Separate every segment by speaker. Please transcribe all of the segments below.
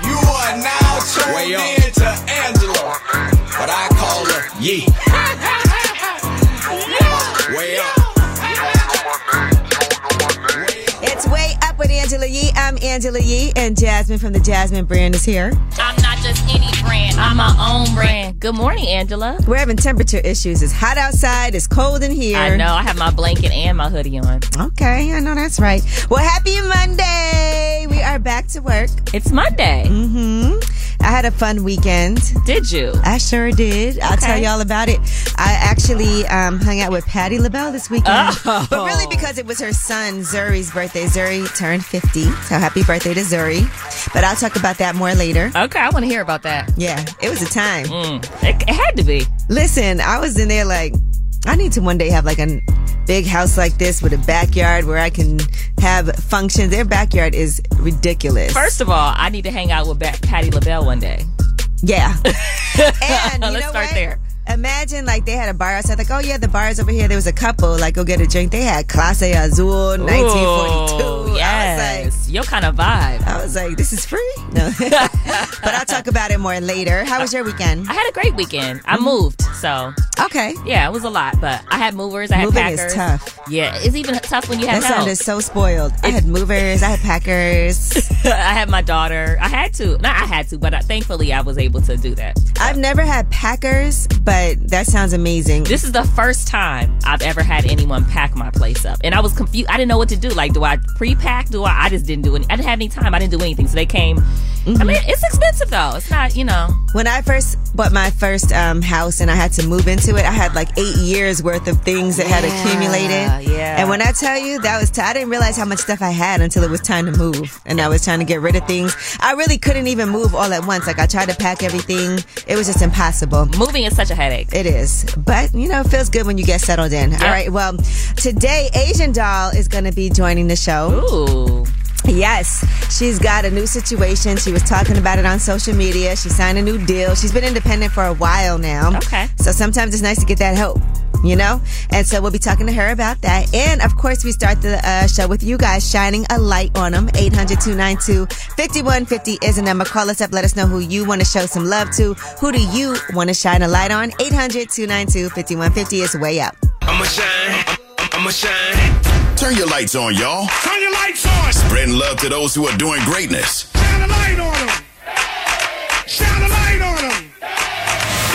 Speaker 1: You are now turned in to Angela, but I call her Yee. Way up.
Speaker 2: It's Way Up with Angela Yee. I'm Angela Yee, and Jasmine from the Jasmine brand is here.
Speaker 3: I'm not just any brand. I'm my own brand. Good morning, Angela.
Speaker 2: We're having temperature issues. It's hot outside, it's cold in here.
Speaker 3: I know. I have my blanket and my hoodie on.
Speaker 2: Okay, I know that's right. Well, happy Monday. We are back to work.
Speaker 3: It's Monday.
Speaker 2: hmm I had a fun weekend.
Speaker 3: Did you?
Speaker 2: I sure did. I'll
Speaker 3: Okay.
Speaker 2: tell y'all about it. I actually um, hung out with Patty LaBelle this weekend,
Speaker 3: Oh.
Speaker 2: but really because it was her son Zuri's birthday. Zuri turned fifty, so happy birthday to Zuri. But I'll talk about that more later.
Speaker 3: Okay, I want to hear about that.
Speaker 2: Yeah, it was a time.
Speaker 3: Mm, it, it had to be.
Speaker 2: Listen, I was in there like, I need to one day have like a big house like this with a backyard where I can have functions. Their backyard is ridiculous.
Speaker 3: First of all, I need to hang out with Ba- Patty LaBelle one day.
Speaker 2: Yeah. and you
Speaker 3: Let's
Speaker 2: know
Speaker 3: start
Speaker 2: what?
Speaker 3: there.
Speaker 2: Imagine like they had a bar outside, like, oh yeah, the bar is over here. There was a couple, like, go get a drink. They had Clase Azul 1942.
Speaker 3: Ooh,
Speaker 2: I was like,
Speaker 3: Yes. Your kind of vibe.
Speaker 2: I was like, this is free? No. but I'll talk about it more later. How was your weekend?
Speaker 3: I had a great weekend. I moved, so
Speaker 2: Okay.
Speaker 3: yeah, it was a lot, but I had movers. I had
Speaker 2: Moving
Speaker 3: packers.
Speaker 2: is tough.
Speaker 3: Yeah, it's even tough when you
Speaker 2: That
Speaker 3: have help.
Speaker 2: sounded so spoiled. I had movers, I had packers.
Speaker 3: I had my daughter. I had to. Not I had to, but I, thankfully I was able to do that.
Speaker 2: I've never had packers, but that sounds amazing.
Speaker 3: This is the first time I've ever had anyone pack my place up, and I was confused. I didn't know what to do. Like, do I pre-pack? Do I? I just didn't do any. I didn't have any time. I didn't do anything. So they came.
Speaker 2: Mm-hmm.
Speaker 3: I mean, it's expensive though. It's not, you know.
Speaker 2: When I first bought my first um, house and I had to move into it, I had like eight years worth of things that had accumulated.
Speaker 3: yeah.
Speaker 2: And when I tell you that was, t- I didn't realize how much stuff I had until it was time to move, and I was trying to get rid of things. I really couldn't even move all at once. Like I tried to pack everything, it was just impossible.
Speaker 3: Moving is such a headache.
Speaker 2: It is, but you know, it feels good when you get settled in. All right. Well, today Asian Doll is going to be joining the show.
Speaker 3: Ooh,
Speaker 2: Yes, she's got a new situation. She was talking about it on social media. She signed a new deal. She's been independent for a while now.
Speaker 3: Okay.
Speaker 2: So sometimes it's nice to get that help, you know? And so we'll be talking to her about that. And of course, we start the uh, show with you guys shining a light on them. 800 292 5150 is a number. Call us up. Let us know who you want to show some love to. Who do you want to shine a light on? 800 292 5150 is way up.
Speaker 1: I'ma shine. I'ma shine.
Speaker 4: Turn your lights on, y'all.
Speaker 1: Turn your lights on.
Speaker 4: Spreading love to those who are doing greatness.
Speaker 1: Shine a light on them. Shine a light on them.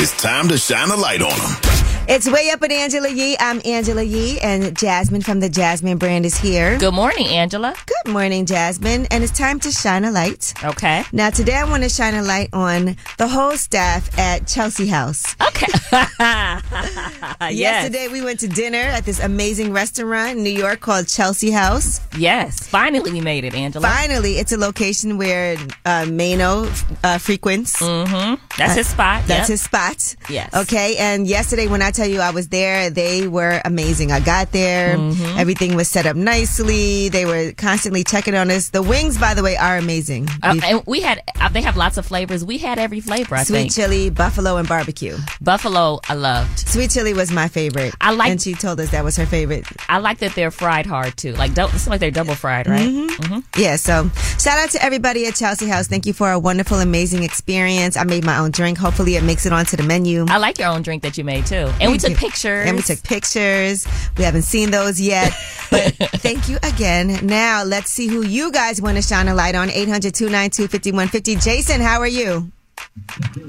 Speaker 4: It's time to shine a light on them.
Speaker 2: It's Way Up with Angela Yee. I'm Angela Yee, and Jasmine from the Jasmine brand is here.
Speaker 3: Good morning, Angela.
Speaker 2: Good morning, Jasmine, and it's time to shine a light.
Speaker 3: Okay.
Speaker 2: Now, today I want to shine a light on the whole staff at Chelsea House.
Speaker 3: Okay. yes.
Speaker 2: Yesterday, we went to dinner at this amazing restaurant in New York called Chelsea House.
Speaker 3: Yes. Finally, we made it, Angela.
Speaker 2: Finally, it's a location where uh, Mano uh, frequents.
Speaker 3: Mm-hmm.
Speaker 2: Uh,
Speaker 3: That's his spot.
Speaker 2: That's
Speaker 3: Yep.
Speaker 2: his spot.
Speaker 3: Yes.
Speaker 2: Okay. And yesterday, when I tell you I was there, they were amazing. I got there.
Speaker 3: Mm-hmm.
Speaker 2: Everything was set up nicely. They were constantly checking on us. The wings, by the way, are amazing.
Speaker 3: Uh, and we had. Uh, they have lots of flavors. We had every flavor. I
Speaker 2: Sweet
Speaker 3: think
Speaker 2: chili, buffalo, and barbecue.
Speaker 3: buffalo. I loved.
Speaker 2: Sweet chili was my favorite.
Speaker 3: I like-
Speaker 2: And she told us that was her favorite.
Speaker 3: I like that they're fried hard too. Like, don't, it's like they're double fried, right?
Speaker 2: Mm-hmm.
Speaker 3: Mm-hmm.
Speaker 2: Yeah. So shout out to everybody at Chelsea House. Thank you for a wonderful, amazing experience. I made my own drink. Hopefully, it makes it onto the menu.
Speaker 3: I like your own drink that you made too. And we
Speaker 2: Thank
Speaker 3: took
Speaker 2: you.
Speaker 3: pictures.
Speaker 2: And we took pictures. We haven't seen those yet. But thank you again. Now let's see who you guys want to shine a light on. 800 292 5150. Jason, how are you?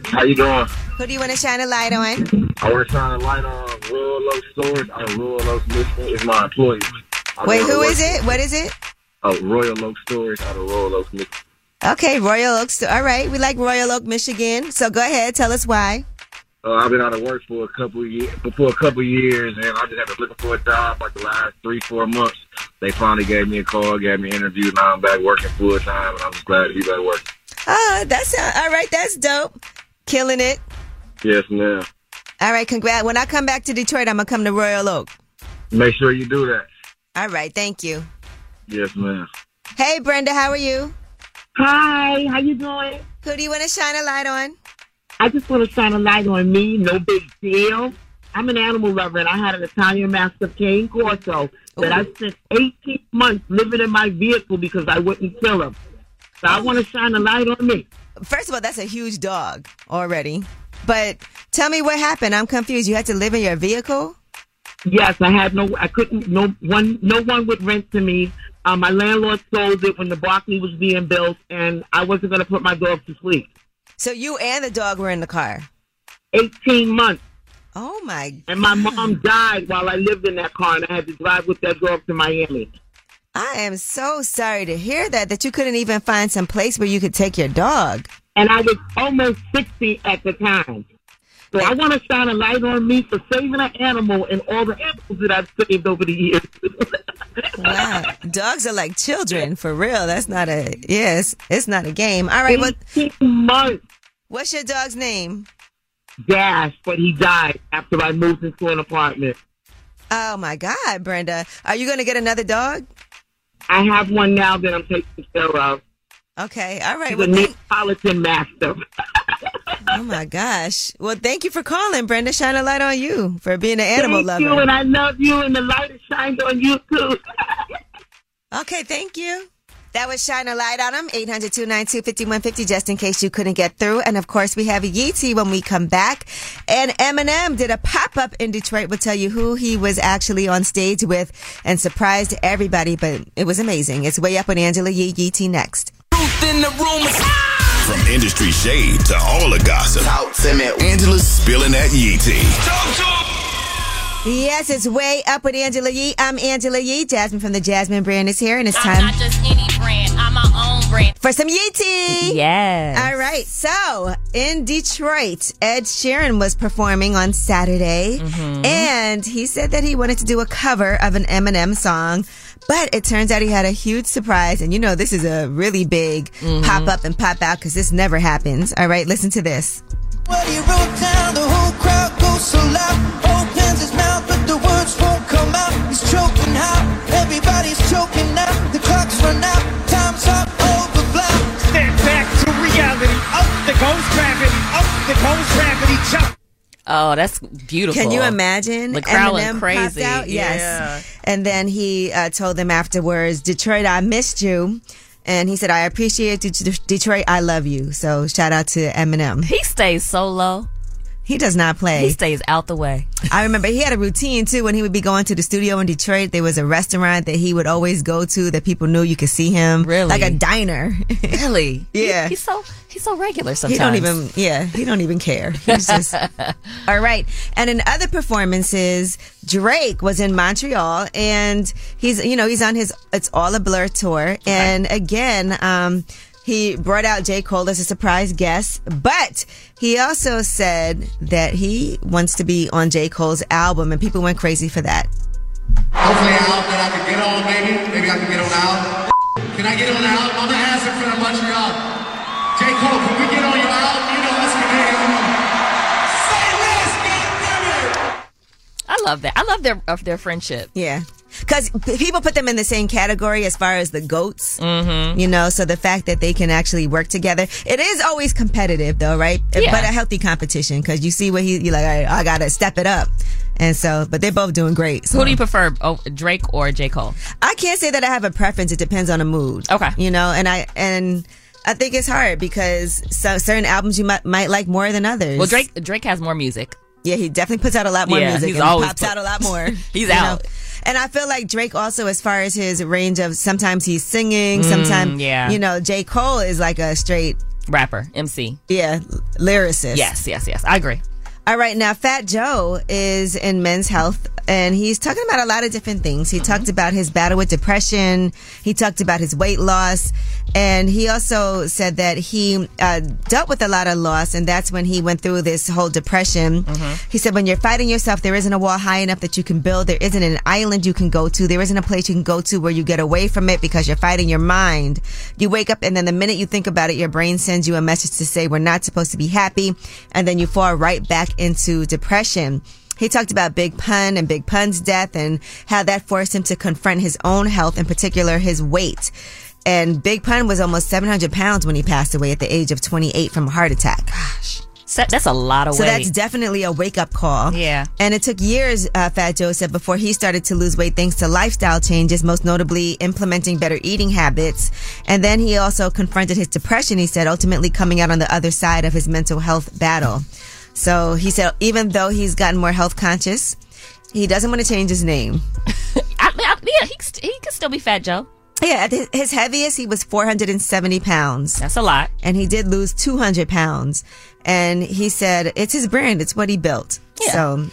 Speaker 5: How you doing?
Speaker 2: Who do you want to shine a light on?
Speaker 5: I work trying to light on Rural Oak Storage out of Royal Oak, Michigan. It's my employee. I
Speaker 2: Wait,
Speaker 5: go to
Speaker 2: who
Speaker 5: work-
Speaker 2: is it? What is it?
Speaker 5: Oh, Royal Oak Storage out of Royal Oak, Michigan.
Speaker 2: Okay, Royal Oak. All right. We like Royal Oak, Michigan. So go ahead. Tell us why.
Speaker 5: Uh, I've been out of work for a couple of years, for a couple of years, and I just have been looking for a job like the last three, four months. They finally gave me a call, gave me an interview, and I'm back working full time, and I'm just glad to be back working.
Speaker 2: Oh, that's all right. That's dope. Killing it.
Speaker 5: Yes, ma'am.
Speaker 2: All right. Congrats. When I come back to Detroit, I'm going to come to Royal Oak.
Speaker 5: Make sure you do that.
Speaker 2: All right. Thank you.
Speaker 5: Yes, ma'am.
Speaker 2: Hey, Brenda, how are you?
Speaker 6: Hi, how you doing?
Speaker 2: Who do you want to shine a light on?
Speaker 6: I just want to shine a light on me. No big deal. I'm an animal lover, and I had an Italian Master Cane Corso that I spent 18 months living in my vehicle because I wouldn't kill him. So I want to shine a light on me.
Speaker 2: First of all, that's a huge dog already. But tell me what happened. I'm confused. You had to live in your vehicle?
Speaker 6: Yes, I had no, I couldn't, no one, no one would rent to me. Uh, my landlord sold it when the Barclay was being built, and I wasn't going to put my dog to sleep.
Speaker 2: So you and the dog were in the car.
Speaker 6: 18 months.
Speaker 2: Oh my.
Speaker 6: And my mom died while I lived in that car, and I had to drive with that dog to Miami.
Speaker 2: I am so sorry to hear that, that you couldn't even find some place where you could take your dog.
Speaker 6: and I was almost 60 at the time. So I want to shine a light on me for saving an animal and all the animals that I've saved over the years.
Speaker 2: Wow. Dogs are like children, for real. That's not a, yes, it's not a game. All right. What,
Speaker 6: 18 months
Speaker 2: what's your dog's name?
Speaker 6: dash, but he died after I moved into an apartment.
Speaker 2: Oh my God, Brenda. Are you going to get another dog?
Speaker 6: I have one now that I'm taking care of.
Speaker 2: Okay. All right.
Speaker 6: He's
Speaker 2: Well,
Speaker 6: a
Speaker 2: thank-
Speaker 6: Neapolitan master.
Speaker 2: oh my gosh. Well, thank you for calling, Brenda. Shine a light on you for being an animal
Speaker 6: Thank
Speaker 2: lover.
Speaker 6: you, and I love you, and the light is shined on you, too.
Speaker 2: Okay, thank you. That was Shine a Light on them, 800 292 5150, just in case you couldn't get through. And of course, we have Yeezy when we come back. And Eminem did a pop up in Detroit. We'll tell you who he was actually on stage with and surprised everybody, but it was amazing. It's way up on Angela Yee Yeezy next.
Speaker 7: Truth in the room is
Speaker 4: From industry shade to all the gossip. Angela's spilling that yee tea.
Speaker 7: talk to 'em.
Speaker 2: Yes, it's way up with Angela Yee. I'm Angela Yee. Jasmine from the Jasmine brand is here, and it's
Speaker 8: I'm
Speaker 2: time
Speaker 8: not just any brand. I'm my own brand.
Speaker 2: for some Yeezy.
Speaker 3: Yes.
Speaker 2: All right. So in Detroit, Ed Sheeran was performing on Saturday, and he said that he wanted to do a cover of an Eminem song. But it turns out he had a huge surprise, and you know this is a really big pop up and pop out because this never happens. All right, listen to this.
Speaker 9: What he wrote down, the whole crowd goes so loud. Opens his mouth, but the words won't come out. He's choking out, everybody's choking out. The clock's run out, time's up, over block.
Speaker 10: step back to reality. Up the goes gravity. Up the goes gravity. Jump.
Speaker 3: Oh, that's beautiful.
Speaker 2: Can you imagine?
Speaker 3: The crowd went
Speaker 2: Eminem
Speaker 3: crazy.
Speaker 2: popped out? Yes.
Speaker 3: Yeah.
Speaker 2: And then he uh, told them afterwards, Detroit, I missed you. And he said, I appreciate you, Det- Detroit. I love you. So shout out to Eminem.
Speaker 3: He stays so low.
Speaker 2: He does not play.
Speaker 3: He stays out the way.
Speaker 2: I remember he had a routine too when he would be going to the studio in Detroit. There was a restaurant that he would always go to that people knew you could see him. Really? Like a diner.
Speaker 3: Really?
Speaker 2: yeah.
Speaker 3: He's so he's so regular
Speaker 2: He
Speaker 3: sometimes.
Speaker 2: don't even yeah, he don't even care. He's just All right. And in other performances, Drake was in Montreal and he's you know, he's on his It's All a Blur tour and again, um he brought out J. Cole as a surprise guest, but he also said that he wants to be on J. Cole's album and people went crazy for that.
Speaker 11: Hopefully, an album that I can get on, baby. Maybe I can get on the album. Can I get on the album? I'm gonna ask him for the Montreal. J. Cole, can we get on your album? You know us Canadian. you know. Say less, goddammit!
Speaker 3: I love that. I love their of their friendship.
Speaker 2: Yeah. Because people put them in the same category as far as the goats,
Speaker 3: Mhm.
Speaker 2: you know. So the fact that they can actually work together, it is always competitive, though, right?
Speaker 3: Yeah.
Speaker 2: But a healthy competition because you see what he, you're like, All right, I gotta step it up, and so. But they're both doing great. So.
Speaker 3: Who do you prefer, oh, Drake or J Cole?
Speaker 2: I can't say that I have a preference. It depends on the mood. Okay. You know, and I and I think it's hard because so, certain albums you might might like more than others.
Speaker 3: Well, Drake Drake has more music.
Speaker 2: Yeah, he definitely puts out a lot more
Speaker 3: Yeah,
Speaker 2: music.
Speaker 3: he's
Speaker 2: and
Speaker 3: always
Speaker 2: pops
Speaker 3: put-
Speaker 2: out a lot more.
Speaker 3: He's
Speaker 2: you know?
Speaker 3: out.
Speaker 2: And I feel like Drake also, as far as his range of sometimes he's singing, sometimes
Speaker 3: Mm, yeah.
Speaker 2: you know, J Cole is like a straight
Speaker 3: rapper, MC.
Speaker 2: yeah, lyricist.
Speaker 3: Yes, yes, yes. I agree.
Speaker 2: All right, now Fat Joe is in Men's Health, and he's talking about a lot of different things.
Speaker 3: Mm-hmm.
Speaker 2: He talked about his battle with depression. He talked about his weight loss, and he also said that he uh, dealt with a lot of loss, and that's when he went through this whole depression.
Speaker 3: Mm-hmm.
Speaker 2: He said, "When you're fighting yourself, there isn't a wall high enough that you can build. There isn't an island you can go to. There isn't a place you can go to where you get away from it because you're fighting your mind. You wake up, and then the minute you think about it, your brain sends you a message to say we're not supposed to be happy, and then you fall right back into depression." He talked about Big Pun and Big Pun's death and how that forced him to confront his own health, in particular his weight. And Big Pun was almost 700 pounds when he passed away at the age of 28 from a heart attack.
Speaker 3: So that's a lot of
Speaker 2: So
Speaker 3: weight.
Speaker 2: that's definitely a wake up call. Yeah. And it took years, uh, Fat Joe said, before he started to lose weight thanks to lifestyle changes, most notably implementing better eating habits. And then he also confronted his depression, he said, ultimately coming out on the other side of his mental health battle. So he said, even though he's gotten more health conscious, he doesn't want to change his name.
Speaker 3: I, mean, I, yeah, he, st- he could still be Fat Joe.
Speaker 2: Yeah, at his- his heaviest, he was 470 pounds.
Speaker 3: That's a lot.
Speaker 2: And he did lose 200 pounds. And he said, it's his brand, it's what he built. So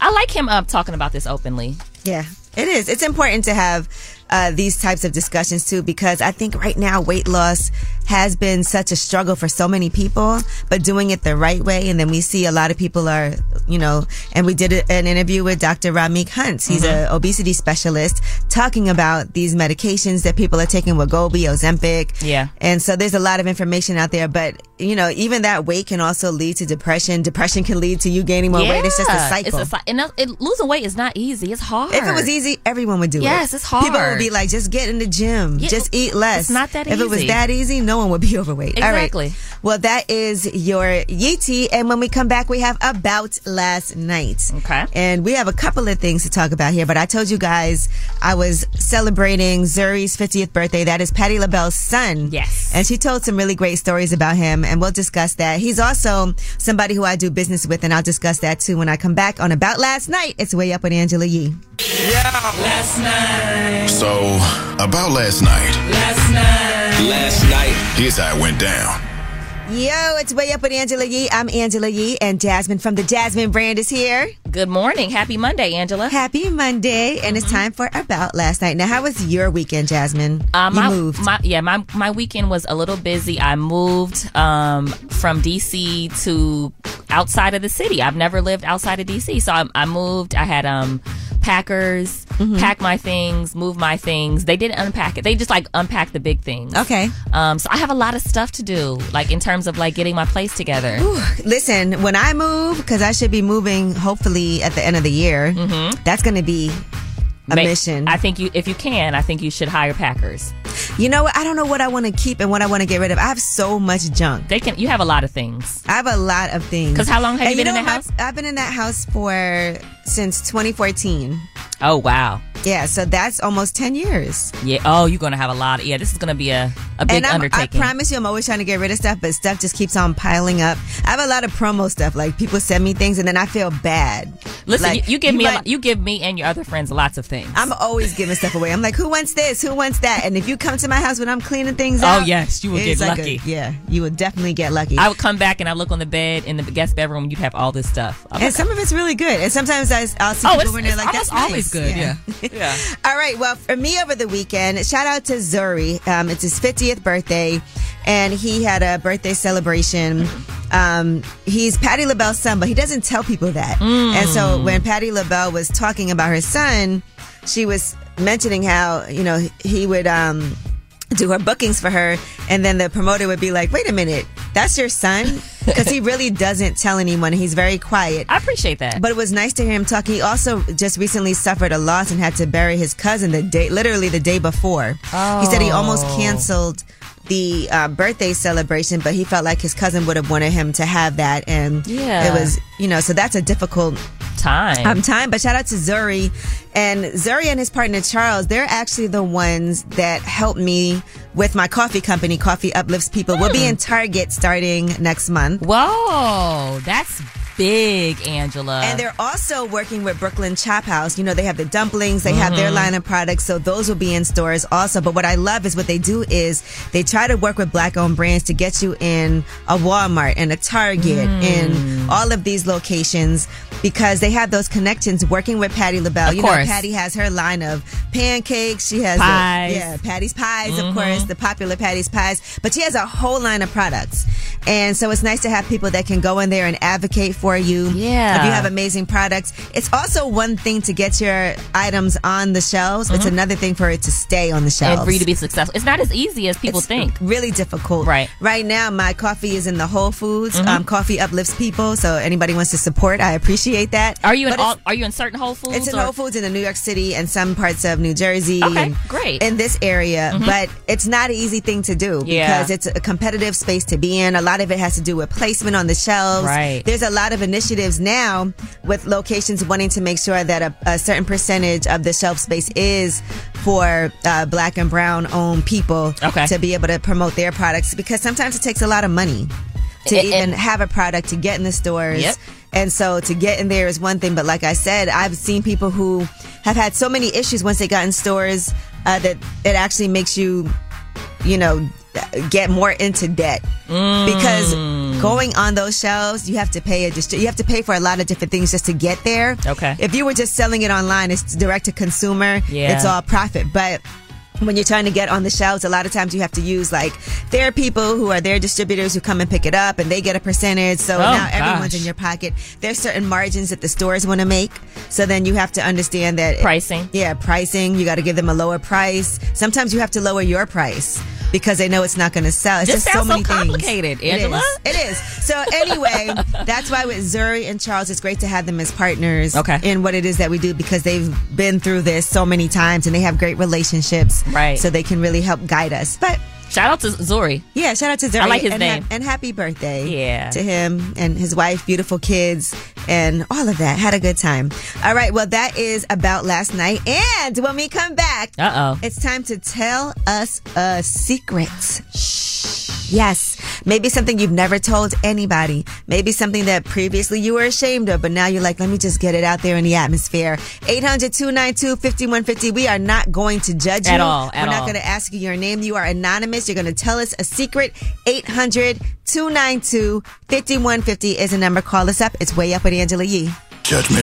Speaker 3: I like him uh, talking about this openly.
Speaker 2: Yeah, it is. It's important to have uh, these types of discussions too, because I think right now weight loss has been such a struggle for so many people, but doing it the right way. And then we see a lot of people are, you know, and we did a- an interview with Dr. Ramik Hunt. He's an
Speaker 3: Mm-hmm.
Speaker 2: obesity specialist talking about these medications that people are taking, Wegovy, Ozempic,
Speaker 3: Yeah.
Speaker 2: and so there's a lot of information out there, but you know, even that weight can also lead to depression. Depression can lead to you gaining more weight. It's just a
Speaker 3: Yeah,
Speaker 2: cycle.
Speaker 3: It's a, cy- and uh, it, losing weight is not easy. It's hard.
Speaker 2: If it was easy, everyone would do it.
Speaker 3: Yes, it's
Speaker 2: People would
Speaker 3: hard.
Speaker 2: be like, just get in the gym,
Speaker 3: Yeah,
Speaker 2: just eat less.
Speaker 3: it's not that
Speaker 2: if If it was
Speaker 3: easy.
Speaker 2: that easy, no one would be overweight. All right.
Speaker 3: Exactly.
Speaker 2: Well, that is your Yeetie. And when we come back, we have About Last Night. Okay. And we have a couple of things to talk about here, but I told you guys I was celebrating Zuri's 50th birthday. That is Patti LaBelle's son. Yes. And she told some really great stories about him, and we'll discuss that. He's also somebody who I do business with, and I'll discuss that too when I come back on About Last Night. It's Way Up with Angela Yee.
Speaker 1: Last night.
Speaker 4: So, about last night,
Speaker 1: Last night. Last night.
Speaker 4: here's how it went down.
Speaker 2: Yo, it's Way Up with Angela Yee. I'm Angela Yee, and Jasmine from the Jasmine brand is here.
Speaker 3: Good morning. Happy Monday, Angela. Mm-hmm.
Speaker 2: Happy Monday, and it's time for About Last Night. Now, how was your weekend, Jasmine?
Speaker 3: Uh,
Speaker 2: you
Speaker 3: my,
Speaker 2: moved.
Speaker 3: my yeah, my my weekend was a little busy. I moved um, from DC to outside of the city. I've never lived outside of DC, so I, I moved. I had um, packers
Speaker 2: Mm-hmm.
Speaker 3: pack my things, move my things. They didn't unpack it. They just like unpacked the big things.
Speaker 2: Okay.
Speaker 3: Um, so I have a lot of stuff to do, like in terms of like getting my place together.
Speaker 2: Listen, when
Speaker 3: Mm-hmm.
Speaker 2: I move, because I should be moving hopefully at the end of the year, that's going to be a
Speaker 3: Make-
Speaker 2: mission.
Speaker 3: I think you, if you can, I think you should hire packers.
Speaker 2: You know what? I don't know what I want to keep and what I want to get rid of. I have so much junk.
Speaker 3: They can. You have a lot of things.
Speaker 2: I have a lot of things.
Speaker 3: 'Cause how long have
Speaker 2: And
Speaker 3: you been
Speaker 2: know
Speaker 3: in that
Speaker 2: what? I've, I've been in that house for since 2014.
Speaker 3: Oh wow.
Speaker 2: Yeah, so that's almost 10 years.
Speaker 3: Yeah. Oh, you're gonna have a lot. Of, yeah, this is gonna be a a big
Speaker 2: and I'm, I
Speaker 3: undertaking.
Speaker 2: promise you, I'm always trying to get rid of stuff, but stuff just keeps on piling up. I have a lot of promo stuff. Like people send me things, and then I feel bad.
Speaker 3: Listen,
Speaker 2: Like,
Speaker 3: you, you give me a
Speaker 2: might-
Speaker 3: lot you give me and your other friends lots of things.
Speaker 2: I'm always giving stuff away. I'm like, who wants this? Who wants that? And if you come to my house when I'm cleaning things
Speaker 3: Oh,
Speaker 2: out,
Speaker 3: yes, you will
Speaker 2: it's
Speaker 3: get
Speaker 2: like a-
Speaker 3: lucky.
Speaker 2: yeah, you will definitely get lucky.
Speaker 3: I would come back and I look on the bed in the guest bedroom. You'd have all this stuff. I'm
Speaker 2: and
Speaker 3: like,
Speaker 2: some of it's really good. And sometimes I, I'll see
Speaker 3: Oh,
Speaker 2: people
Speaker 3: it's-
Speaker 2: when they're
Speaker 3: it's
Speaker 2: like, that's
Speaker 3: almost always
Speaker 2: nice."
Speaker 3: good,
Speaker 2: yeah. All right. Well, for me over the weekend, shout out to Zuri. Um, it's his 50th birthday, and he had a birthday celebration. Um, he's Patty LaBelle's son, but he doesn't tell people that. And so when Patty LaBelle was talking about her son, she was mentioning how, you know, he would um, do her bookings for her, and then the promoter would be like, wait a minute, that's your son? Because he really doesn't tell anyone. He's very quiet.
Speaker 3: I appreciate that.
Speaker 2: But it was nice to hear him talk. He also just recently suffered a loss and had to bury his cousin the day, literally the day before. He said he almost
Speaker 3: Oh.
Speaker 2: canceled the uh, birthday celebration, but he felt like his cousin would have wanted him to have that, and
Speaker 3: Yeah.
Speaker 2: it was you know. So that's a difficult
Speaker 3: time.
Speaker 2: um, time. But shout out to Zuri and Zuri and his partner Charles. They're actually the ones that helped me with my coffee company. Coffee uplifts people. We'll
Speaker 3: Hmm.
Speaker 2: be in Target starting next month.
Speaker 3: Whoa, that's big, Angela.
Speaker 2: And they're also working with Brooklyn Chop House. You know, they have the dumplings, they have their
Speaker 3: Mhm.
Speaker 2: line of products, so those will be in stores also. But what I love is what they do is they try to work with black owned brands to get you in a Walmart and a Target
Speaker 3: Mm.
Speaker 2: and all of these locations because they have those connections working with Patty LaBelle.
Speaker 3: Of
Speaker 2: you know,
Speaker 3: course.
Speaker 2: Patty has her line of pancakes, she has the-
Speaker 3: Pies. Mm-hmm.
Speaker 2: yeah, Patty's pies, of course, the popular Patty's pies. But she has a whole line of products. And so it's nice to have people that can go in there and advocate for you.
Speaker 3: Yeah.
Speaker 2: If you have amazing products. It's also one thing to get your items on the shelves. It's
Speaker 3: Mhm.
Speaker 2: another thing for it to stay on the shelves.
Speaker 3: and for you to be successful, it's not as easy as people
Speaker 2: It's
Speaker 3: think.
Speaker 2: Really difficult. Right. Right now, my coffee is in the Whole Foods.
Speaker 3: Mhm.
Speaker 2: Um, coffee uplifts people, so anybody wants to support, I appreciate that.
Speaker 3: Are you in
Speaker 2: But it's-
Speaker 3: all? Are you in certain Whole Foods?
Speaker 2: it's in
Speaker 3: or-
Speaker 2: Whole Foods in the New York City and some parts of New Jersey.
Speaker 3: Okay,
Speaker 2: and
Speaker 3: great.
Speaker 2: In this area,
Speaker 3: Mhm.
Speaker 2: but it's not an easy thing to do
Speaker 3: Yeah.
Speaker 2: because it's a competitive space to be in. A lot of it has to do with placement on the shelves.
Speaker 3: Right.
Speaker 2: There's a lot of initiatives now with locations wanting to make sure that a, a certain percentage of the shelf space is for uh, black and brown owned people
Speaker 3: Okay.
Speaker 2: to be able to promote their products because sometimes it takes a lot of money to
Speaker 3: And-
Speaker 2: even
Speaker 3: and-
Speaker 2: have a product to get in the stores.
Speaker 3: Yep.
Speaker 2: And so to get in there is one thing, but like I said, I've seen people who have had so many issues once they got in stores uh, that it actually makes you, you know, get more into debt because
Speaker 12: Mm.
Speaker 2: going on those shelves, you have to pay a distri- you have to pay for a lot of different things just to get there.
Speaker 3: Okay.
Speaker 2: If you were just selling it online, it's direct to consumer.
Speaker 3: Yeah.
Speaker 2: It's all profit, but when you're trying to get on the shelves, a lot of times you have to use like there are people who are their distributors who come and pick it up and they get a percentage. So
Speaker 3: Oh,
Speaker 2: now everyone's
Speaker 3: gosh.
Speaker 2: in your pocket. There's certain margins that the stores want to make. So then you have to understand that
Speaker 3: Pricing.
Speaker 2: yeah, pricing. You got to give them a lower price. Sometimes you have to lower your price because they know it's not going to sell. It's
Speaker 3: This
Speaker 2: just so
Speaker 3: sounds so
Speaker 2: many things.
Speaker 3: complicated,
Speaker 2: It is.
Speaker 3: Angela.
Speaker 2: It is. So anyway, that's why with Zuri and Charles, it's great to have them as partners
Speaker 3: Okay.
Speaker 2: in what it is that we do because they've been through this so many times and they have great relationships.
Speaker 3: Right.
Speaker 2: So they can really help guide us. But
Speaker 3: Shout out to Zuri.
Speaker 2: yeah, shout out to Zuri.
Speaker 3: I like his
Speaker 2: and
Speaker 3: name.
Speaker 2: and happy birthday
Speaker 3: Yeah.
Speaker 2: to him and his wife, beautiful kids, and all of that. Had a good time. All right, well, that is about last night. And when we come back,
Speaker 3: Uh oh.
Speaker 2: it's time to tell us a secret. Yes, maybe something you've never told anybody. Maybe something that previously you were ashamed of, but now you're like, let me just get it out there in the atmosphere. 800 292 5150. We are not going to judge
Speaker 3: At
Speaker 2: you.
Speaker 3: all, at
Speaker 2: we're not
Speaker 3: all.
Speaker 2: going to ask you your name. You are anonymous. You're going to tell us a secret. 800 292 5150 is a number. Call us up. It's way up with Angela Yee.
Speaker 4: Judgment.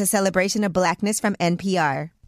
Speaker 2: a celebration of blackness from NPR.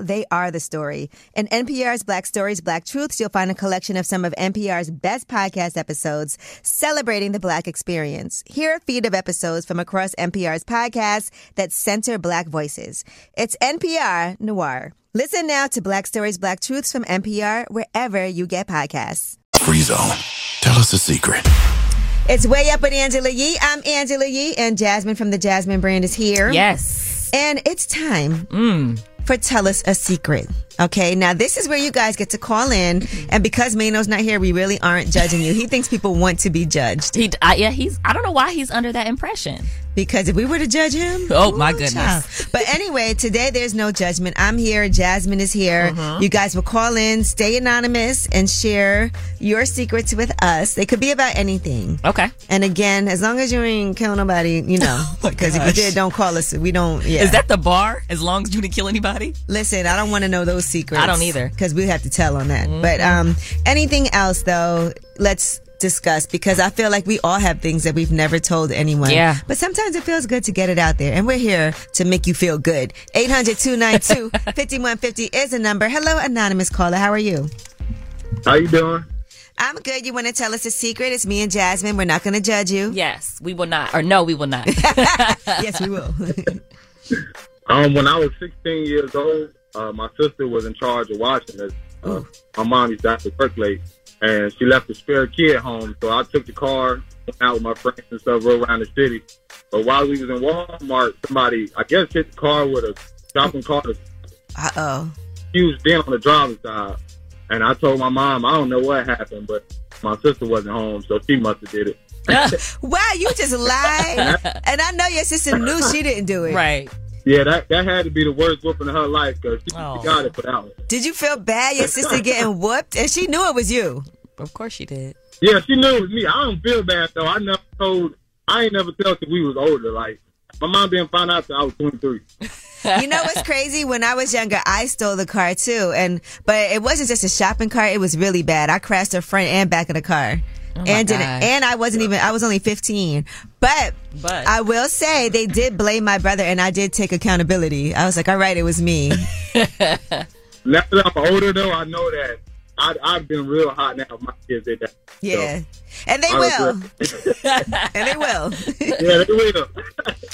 Speaker 2: they are the story. In NPR's Black Stories, Black Truths, you'll find a collection of some of NPR's best podcast episodes celebrating the Black experience. Hear a feed of episodes from across NPR's podcasts that center Black voices. It's NPR Noir. Listen now to Black Stories, Black Truths from NPR wherever you get podcasts.
Speaker 4: Free zone. Tell us a secret.
Speaker 2: It's Way Up with Angela Yee. I'm Angela Yee, and Jasmine from the Jasmine brand is here.
Speaker 3: Yes. Mm.
Speaker 2: And it's time for Tell Us a Secret. Okay, now this is where you guys get to call in, and because Mano's not here, we really aren't judging you. He thinks people want to be judged.
Speaker 3: He, I, yeah, he's. I don't know why he's under that impression.
Speaker 2: Because if we were to judge him,
Speaker 3: Oh, my
Speaker 2: ooh,
Speaker 3: goodness.
Speaker 2: But anyway, today there's no judgment. I'm here. Jasmine is here.
Speaker 3: Mhm.
Speaker 2: You guys will call in, stay anonymous, and share your secrets with us. They could be about anything.
Speaker 3: Okay. Oh
Speaker 2: And again, as long as you ain't kill nobody, you know, because if you
Speaker 3: gosh.
Speaker 2: did, don't call us. We don't. Yeah.
Speaker 3: Is that the bar? As long as you didn't kill anybody?
Speaker 2: Listen, I don't want to know those secrets.
Speaker 3: I don't either. Mm-hmm.
Speaker 2: because we have to tell on that. But um, anything else though, let's discuss because I feel like we all have things that we've never told anyone.
Speaker 3: Yeah.
Speaker 2: But sometimes it feels good to get it out there, and we're here to make you feel good. 800-292-5150 is a number. Hello, anonymous caller. How are you?
Speaker 5: How you doing?
Speaker 2: I'm good. You want to tell us a secret? It's me and Jasmine. We're not going to judge you.
Speaker 3: Yes, we will not. Or no, we will not.
Speaker 2: yes, we will.
Speaker 5: Um, when I was 16 years old, uh, my sister was in charge of watching us. Uh, my mom used to have to work late, and she left the spare key at home. So I took the car, went out with my friends and stuff, rode around the city. But while we was in Walmart, somebody, I guess, hit the car with a shopping cart.
Speaker 2: Uh oh.
Speaker 5: She was down on the driver's side, and I told my mom, I don't know what happened, but my sister wasn't home, so she must have did it.
Speaker 2: wow, you just lied. and I know your sister knew she didn't do it.
Speaker 3: Right.
Speaker 5: Yeah, that that had to be the worst whooping of her life because she, she
Speaker 2: Oh.
Speaker 5: got it for that one.
Speaker 2: Did you feel bad your sister getting whooped? And she knew it was you.
Speaker 3: Of course she did.
Speaker 5: Yeah, she knew it was me. I don't feel bad though. I never told. I ain't never tell till we was older. Like my mom didn't find out till I was twenty three.
Speaker 2: You know what's crazy? When I was younger, I stole the car too. And but it wasn't just a shopping cart, it was really bad. I crashed her front and back of the car.
Speaker 3: Oh, my
Speaker 2: and didn't
Speaker 3: gosh.
Speaker 2: and I wasn't even I was only 15. But
Speaker 3: But-
Speaker 2: I will say they did blame my brother and I did take accountability. I was like, "All right, it was me."
Speaker 5: Now that I'm older though, I know that I, I've been real hot now. If my kids did that.
Speaker 2: Yeah. And they
Speaker 5: I
Speaker 2: will.
Speaker 5: regret-
Speaker 2: and they will.
Speaker 5: yeah, they will.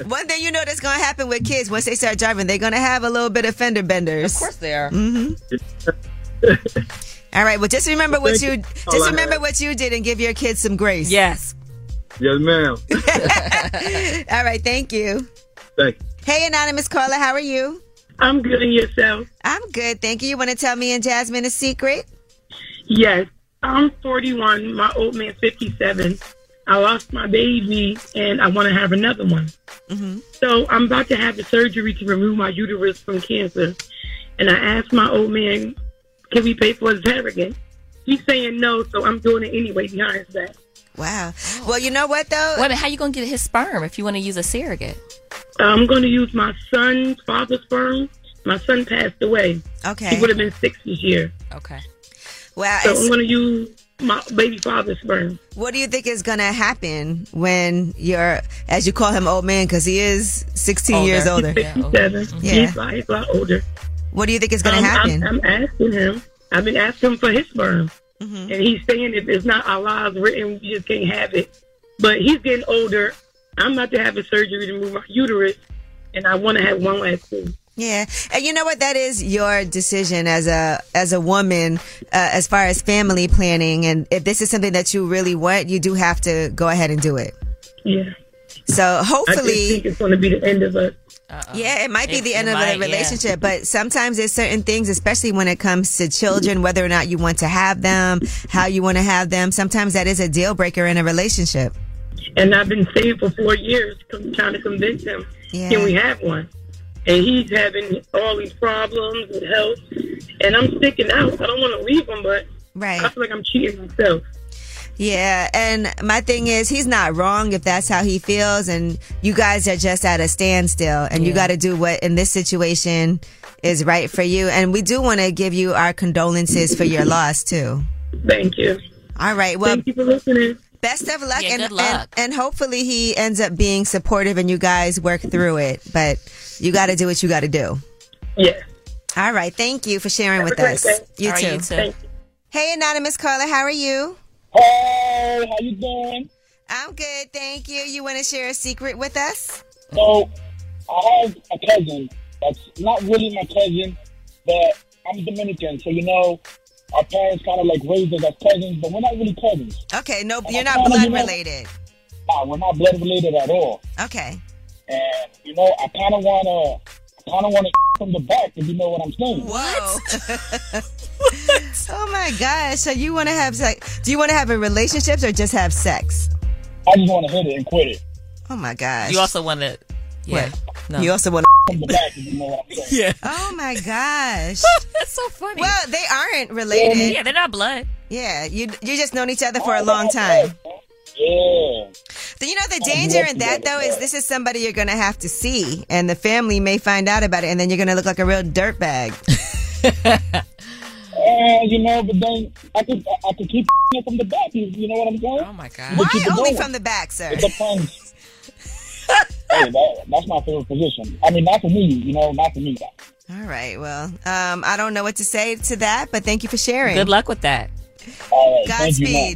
Speaker 2: One thing you know that's going to happen with kids once they start
Speaker 5: Mm-hmm.
Speaker 2: driving, they're going to have a little bit of fender benders. Of course
Speaker 3: they are.
Speaker 2: Mm-hmm. All right. Well, just remember what
Speaker 13: Thank
Speaker 2: you
Speaker 13: you. All
Speaker 2: just
Speaker 13: I
Speaker 2: remember
Speaker 13: have.
Speaker 2: what you did and give your kids some grace. Yes.
Speaker 13: Yes, ma'am.
Speaker 2: All right. Thank you.
Speaker 13: Thank you.
Speaker 2: Hey, anonymous caller. How are you?
Speaker 6: I'm good. And yourself?
Speaker 2: I'm good. Thank you. You want to tell me and Jasmine a secret?
Speaker 6: Yes. I'm 41. My old man 57. I lost my baby, and I want to have another one.
Speaker 2: Mm-hmm.
Speaker 6: So I'm about to have the surgery to remove my uterus from cancer. And I asked my old man, "Can we pay for his hair again?" He's saying no, so I'm doing it anyway. Behind his back.
Speaker 2: Wow. Well, you know what though?
Speaker 3: Wait, a minute, how you gonna get his sperm if you want to use a surrogate?
Speaker 6: I'm going to use my son's father's sperm. My son passed away.
Speaker 2: Okay.
Speaker 6: He would have been six this year.
Speaker 3: Okay.
Speaker 2: Wow.
Speaker 6: So
Speaker 2: it's-
Speaker 6: I'm going to use my baby father's sperm.
Speaker 2: What do you think is going to happen when you're, as you call him, old man, because he is 16
Speaker 6: Older.
Speaker 2: years older?
Speaker 6: He's 57.
Speaker 2: Yeah.
Speaker 6: He's a- he's a lot older.
Speaker 2: What do you think is going to
Speaker 6: Um,
Speaker 2: happen?
Speaker 6: I'm, I'm asking him. I've been asking him for his sperm,
Speaker 2: Mm-hmm.
Speaker 6: and he's saying if it's not our lives written, we just can't have it. But he's getting older. I'm about to have a surgery to move my uterus, and I want to have one last thing.
Speaker 2: Yeah, and you know what? That is your decision as a as a woman, uh, as far as family planning. And if this is something that you really want, you do have to go ahead and do it.
Speaker 6: Yeah.
Speaker 2: So
Speaker 6: I just
Speaker 2: hopefully,
Speaker 6: think it's going to be the end of us.
Speaker 2: yeah, it might be
Speaker 6: It-
Speaker 2: the end
Speaker 6: it
Speaker 2: of
Speaker 6: Uh-uh. might,
Speaker 2: a
Speaker 6: yeah.
Speaker 2: relationship. But sometimes there's certain things, especially when it comes to children, whether or not you want to have them, how you want to have them. Sometimes that is a deal breaker in a relationship.
Speaker 6: And I've been saving for four years, com- trying to convince him,
Speaker 2: Yeah.
Speaker 6: can we have one? And he's having all these problems with health, and I'm sticking out. I don't want to leave him, but
Speaker 2: Right.
Speaker 6: I feel like I'm cheating myself.
Speaker 2: Yeah, and my thing is, he's not wrong if that's how he feels, and you guys are just at a standstill, and you got to do what in this situation is right for you. And we do want to give you our condolences for your loss too.
Speaker 6: Thank you.
Speaker 2: All right. Well,
Speaker 6: thank you for listening.
Speaker 2: Best of luck,
Speaker 3: Yeah,
Speaker 2: and,
Speaker 3: good luck.
Speaker 2: and and hopefully he ends up being supportive, and you guys work through it. But you got to do what you got to do.
Speaker 6: Yeah.
Speaker 2: All right. Thank you for sharing with
Speaker 3: great
Speaker 2: us.
Speaker 3: day.
Speaker 2: You,
Speaker 3: All right,
Speaker 2: too.
Speaker 3: you too. Thank
Speaker 2: Hey, anonymous caller, how are you?
Speaker 14: Hey, how you doing?
Speaker 2: I'm good, thank you. You want to share a secret with us?
Speaker 14: So I have a cousin that's not really my cousin, but I'm Dominican, so you know our parents kind of like raised us as cousins, but we're not really cousins.
Speaker 2: Okay, no,
Speaker 3: Oh,
Speaker 14: And
Speaker 2: you're
Speaker 14: I
Speaker 2: not
Speaker 14: kinda, you
Speaker 2: blood
Speaker 14: know,
Speaker 2: related.
Speaker 14: Nah, we're not blood related at all.
Speaker 2: Okay.
Speaker 14: And you know, I kind of wanna, I kind of wanna from the back, if you know what I'm saying.
Speaker 2: oh my gosh! So you want to have like? Do you want to have a relationships or just have sex?
Speaker 14: I just want to hit it and quit it.
Speaker 2: Oh my gosh!
Speaker 3: You also want to. Yeah. No.
Speaker 2: You also want
Speaker 14: from the back, if you know what I'm saying.
Speaker 3: Yeah.
Speaker 2: Oh my gosh!
Speaker 3: That's so funny.
Speaker 2: Well, they aren't related.
Speaker 3: Yeah, they're not blood. Oh,
Speaker 2: Yeah, you you just known each other for a long time.
Speaker 14: Yeah.
Speaker 2: Do you know the danger in that though is this is somebody you're gonna have to see, and the family may find out about it, and then you're gonna look like a real dirtbag.
Speaker 14: And you know, but then I could, I could keep it from the back. You, you know what I'm saying? Oh my god!
Speaker 2: Why only from the back, sir?
Speaker 14: It depends. hey, that, that's my favorite position. I mean, not for me, you know, not for me.
Speaker 2: All right. Well, um, I don't know what to say to that, but thank you for sharing.
Speaker 3: Good luck with that.
Speaker 14: All right, thank you, ma'am.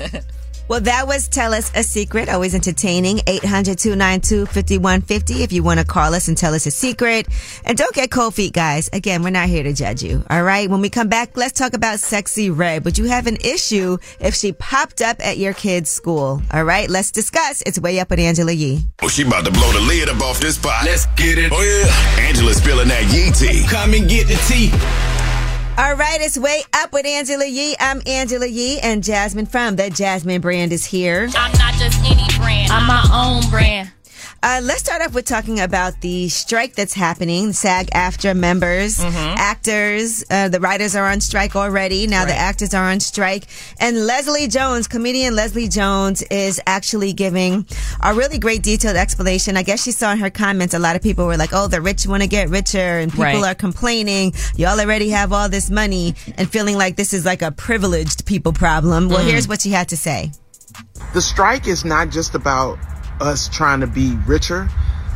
Speaker 2: Godspeed. Well, that was Tell Us a Secret, always entertaining. 800 292 5150 if you want to call us and tell us a secret. And don't get cold feet, guys. Again, we're not here to judge you. All right. When we come back, let's talk about Sexy Red. Would you have an issue if she popped up at your kid's school? All right. Let's discuss. It's way up with Angela Yee.
Speaker 4: Oh, she about to blow the lid up off this pot. Let's get it. Oh, yeah. Angela spilling that yee tea. Come and get the tea.
Speaker 2: All right, it's way up with Angela Yee. I'm Angela Yee, and Jasmine from the Jasmine brand is here.
Speaker 15: I'm not just any brand. I'm my own brand.
Speaker 2: Uh, let's start off with talking about the strike that's happening. SAG after members, actors, uh, the writers are on strike already. Now the actors are on strike. And Leslie Jones, comedian Leslie Jones, is actually giving a really great detailed explanation. I guess she saw in her comments a lot of people were like, oh, the rich want to get richer, and people
Speaker 3: Right.
Speaker 2: are complaining. Y'all already have all this money and feeling like this is like a privileged people problem. Well,
Speaker 16: Mm.
Speaker 2: here's what she had to say.
Speaker 16: The strike is not just about us trying to be richer.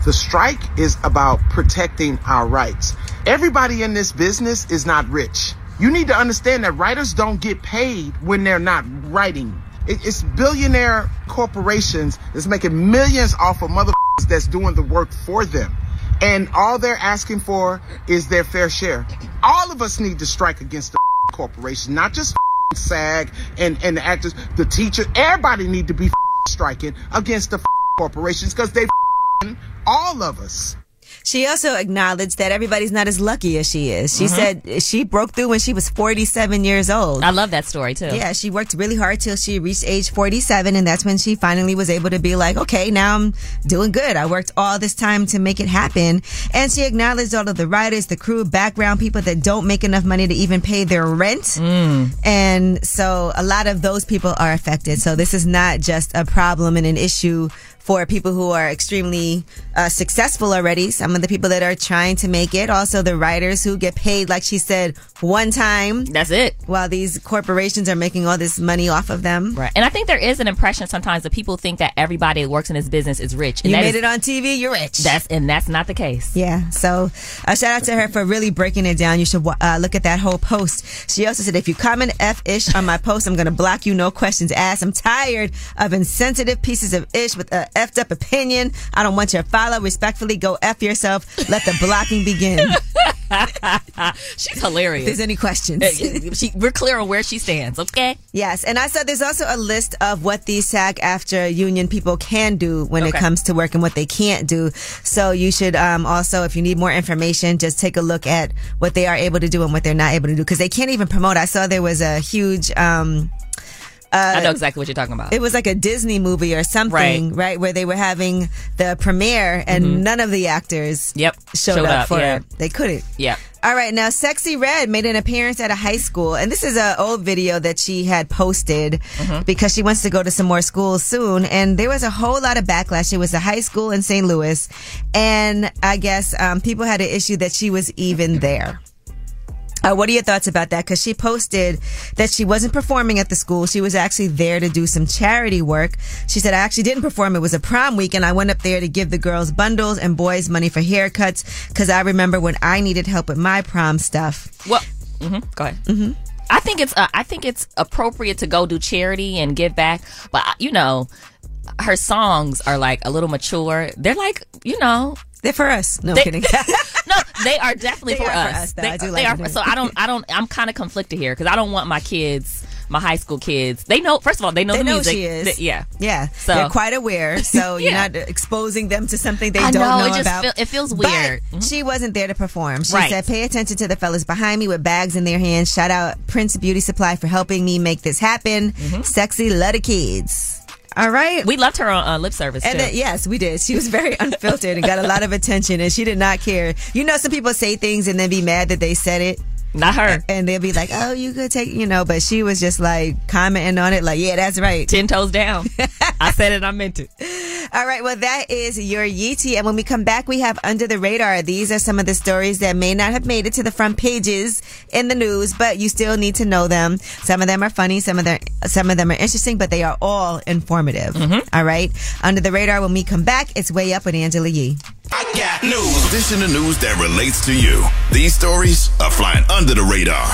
Speaker 16: The strike is about protecting our rights. Everybody in this business is not rich. You need to understand that writers don't get paid when they're not writing. It- It's billionaire corporations that's making millions off of motherfuckers that's doing the work for them. And all they're asking for is their fair share. All of us need to strike against the corporations, not just SAG and, and the actors, the teachers. Everybody need to be striking against the corporations because they all of us.
Speaker 2: She also acknowledged that everybody's not as lucky as she is. She said she broke through when she was 47 years old.
Speaker 3: I love that story too.
Speaker 2: Yeah, she worked really hard till she reached age 47, and that's when she finally was able to be like, okay, now I'm doing good. I worked all this time to make it happen. And she acknowledged all of the writers, the crew, background people that don't make enough money to even pay their rent.
Speaker 3: Hmm. Mm.
Speaker 2: And so a lot of those people are affected. So this is not just a problem and an issue for people who are extremely uh, successful already. Some of the people that are trying to make it, also the writers who get paid, like she said, one time.
Speaker 3: That's it.
Speaker 2: While these corporations are making all this money off of them.
Speaker 3: Right. And I think there is an impression sometimes that people think that everybody that works in this business is rich. And
Speaker 2: You
Speaker 3: that
Speaker 2: made
Speaker 3: is-
Speaker 2: it on TV, you're rich.
Speaker 3: That's and that's not the case.
Speaker 2: Yeah. So, uh, shout out to her for really breaking it down. You should wa- uh, look at that whole post. She also said, if you comment f ish on my post, I'm gonna block you. No questions asked. I'm tired of insensitive pieces of ish with a effed up opinion. I don't want your follow. Respectfully, go f yourself. Let the blocking begin.
Speaker 3: She's hilarious.
Speaker 2: If there's any questions.
Speaker 3: She- we're clear on where she stands, okay?
Speaker 2: Yes, and I said there's also a list of what these SAG after union people can do when it
Speaker 3: Okay.
Speaker 2: comes to work and what they can't do. So you should um, also, if you need more information, just take a look at what they are able to do and what they're not able to do because they can't even promote. I saw there was a huge. Um, uh,
Speaker 3: I know exactly what you're talking about.
Speaker 2: It was like a Disney movie or something, right? where they were having the premiere and
Speaker 3: Mhm.
Speaker 2: none of the actors
Speaker 3: Yep.
Speaker 2: showed,
Speaker 3: Showed
Speaker 2: up,
Speaker 3: up,
Speaker 2: for
Speaker 3: yeah.
Speaker 2: it. They couldn't.
Speaker 3: yeah.
Speaker 2: All right, now Sexy Red made an appearance at a high school, and this is an old video that she had posted because she wants to go to some more schools soon. And there was a whole lot of backlash. It was a high school in St. Louis, and I guess um, people had an issue that she was even there. Uh, what are your thoughts about that? Because she posted that she wasn't performing at the school. She was actually there to do some charity work. She said, I actually didn't perform. It was a prom weekend. I went up there to give the girls bundles and boys money for haircuts because I remember when I needed help with my prom stuff.
Speaker 3: Well, hmm go ahead. Mm-hmm. I think it's uh, I think it's appropriate to go do charity and give back, but uh, you know, her songs are like a little mature. They're like you know.
Speaker 2: They're for us. No,
Speaker 3: They-
Speaker 2: I'm kidding.
Speaker 3: no, they are definitely
Speaker 2: They
Speaker 3: for,
Speaker 2: are for
Speaker 3: us.
Speaker 2: us, though.
Speaker 3: They,
Speaker 2: I do
Speaker 3: they
Speaker 2: like
Speaker 3: are.
Speaker 2: them.
Speaker 3: For, so I don't. I don't. I'm kind of conflicted here because I don't want my kids, my high school kids. They know. First of all, they know
Speaker 2: They
Speaker 3: the
Speaker 2: know
Speaker 3: music.
Speaker 2: she is.
Speaker 3: They- yeah.
Speaker 2: Yeah.
Speaker 3: So-
Speaker 2: They're quite aware. So you're
Speaker 3: Yeah.
Speaker 2: not exposing them to something they
Speaker 3: I
Speaker 2: don't
Speaker 3: know,
Speaker 2: know,
Speaker 3: it just
Speaker 2: about.
Speaker 3: feel- it feels
Speaker 2: But
Speaker 3: weird. Mm-hmm.
Speaker 2: she wasn't there to perform. She
Speaker 3: Right.
Speaker 2: said, pay attention to the fellas behind me with bags in their hands. Shout out Prince Beauty Supply for helping me make this happen.
Speaker 3: Mm-hmm.
Speaker 2: Sexy Lutta Kids. All right.
Speaker 3: We loved her on uh, lip service
Speaker 2: And
Speaker 3: too.
Speaker 2: then, yes, we did. She was very unfiltered and got a lot of attention, and she did not care. You know, some people say things and then be mad that they said it.
Speaker 3: Not her.
Speaker 2: And they'll be like, "Oh, you could take," you know. But she was just like commenting on it, like, "Yeah, that's right."
Speaker 3: Ten toes down. I said it. I meant it.
Speaker 2: All right. Well, that is your Yeetie. And when we come back, we have Under the Radar. These are some of the stories that may not have made it to the front pages in the news, but you still need to know them. Some of them are funny. Some of them, some of them are interesting, but they are all informative.
Speaker 3: Mm-hmm.
Speaker 2: All right. Under the Radar. When we come back, it's way up with Angela Yee.
Speaker 4: News. This is the news that relates to you. These stories are flying under the radar.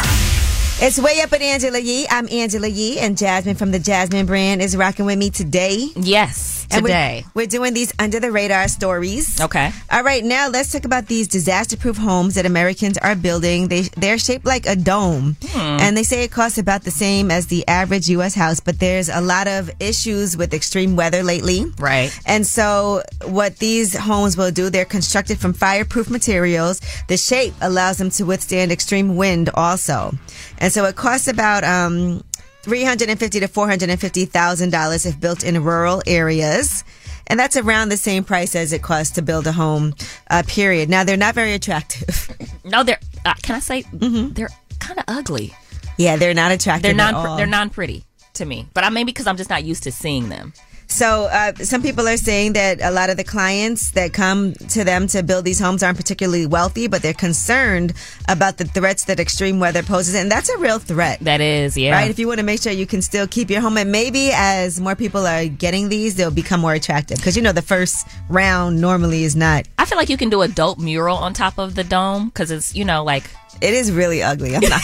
Speaker 2: It's way up at Angela Yee. I'm Angela Yee, and Jasmine from the Jasmine brand is rocking with me today.
Speaker 3: Yes,
Speaker 2: And we're-
Speaker 3: today.
Speaker 2: we're, doing these under the radar stories.
Speaker 3: Okay.
Speaker 2: All right, now let's talk about these disaster-proof homes that Americans are building. They they're shaped like a dome,
Speaker 3: Hmm.
Speaker 2: and they say it costs about the same as the average U.S. house. But there's a lot of issues with extreme weather lately.
Speaker 3: Right.
Speaker 2: And so, what these homes will do, they're constructed from fireproof materials. The shape allows them to withstand extreme wind, also. And so, it costs about um, three hundred and fifty to four hundred and fifty thousand dollars if built in rural areas. And that's around the same price as it costs to build a home, uh, period. Now, they're not very attractive.
Speaker 3: No, they're. Uh, can I say they're kind of ugly.
Speaker 2: yeah, Mm-hmm. they're not attractive.
Speaker 3: They're
Speaker 2: at
Speaker 3: non.
Speaker 2: all.
Speaker 3: They're non pretty to me. But I maybe because I'm just not used to seeing them.
Speaker 2: So uh, some people are saying that a lot of the clients that come to them to build these homes aren't particularly wealthy, but they're concerned about the threats that extreme weather poses, and that's a real threat.
Speaker 3: That is, yeah.
Speaker 2: Right, if you want to make sure you can still keep your home, and maybe as more people are getting these, they'll become more attractive. Because you know, the first round normally is not.
Speaker 3: I feel like you can do a dope mural on top of the dome because it's you know like
Speaker 2: it is really ugly. I'm not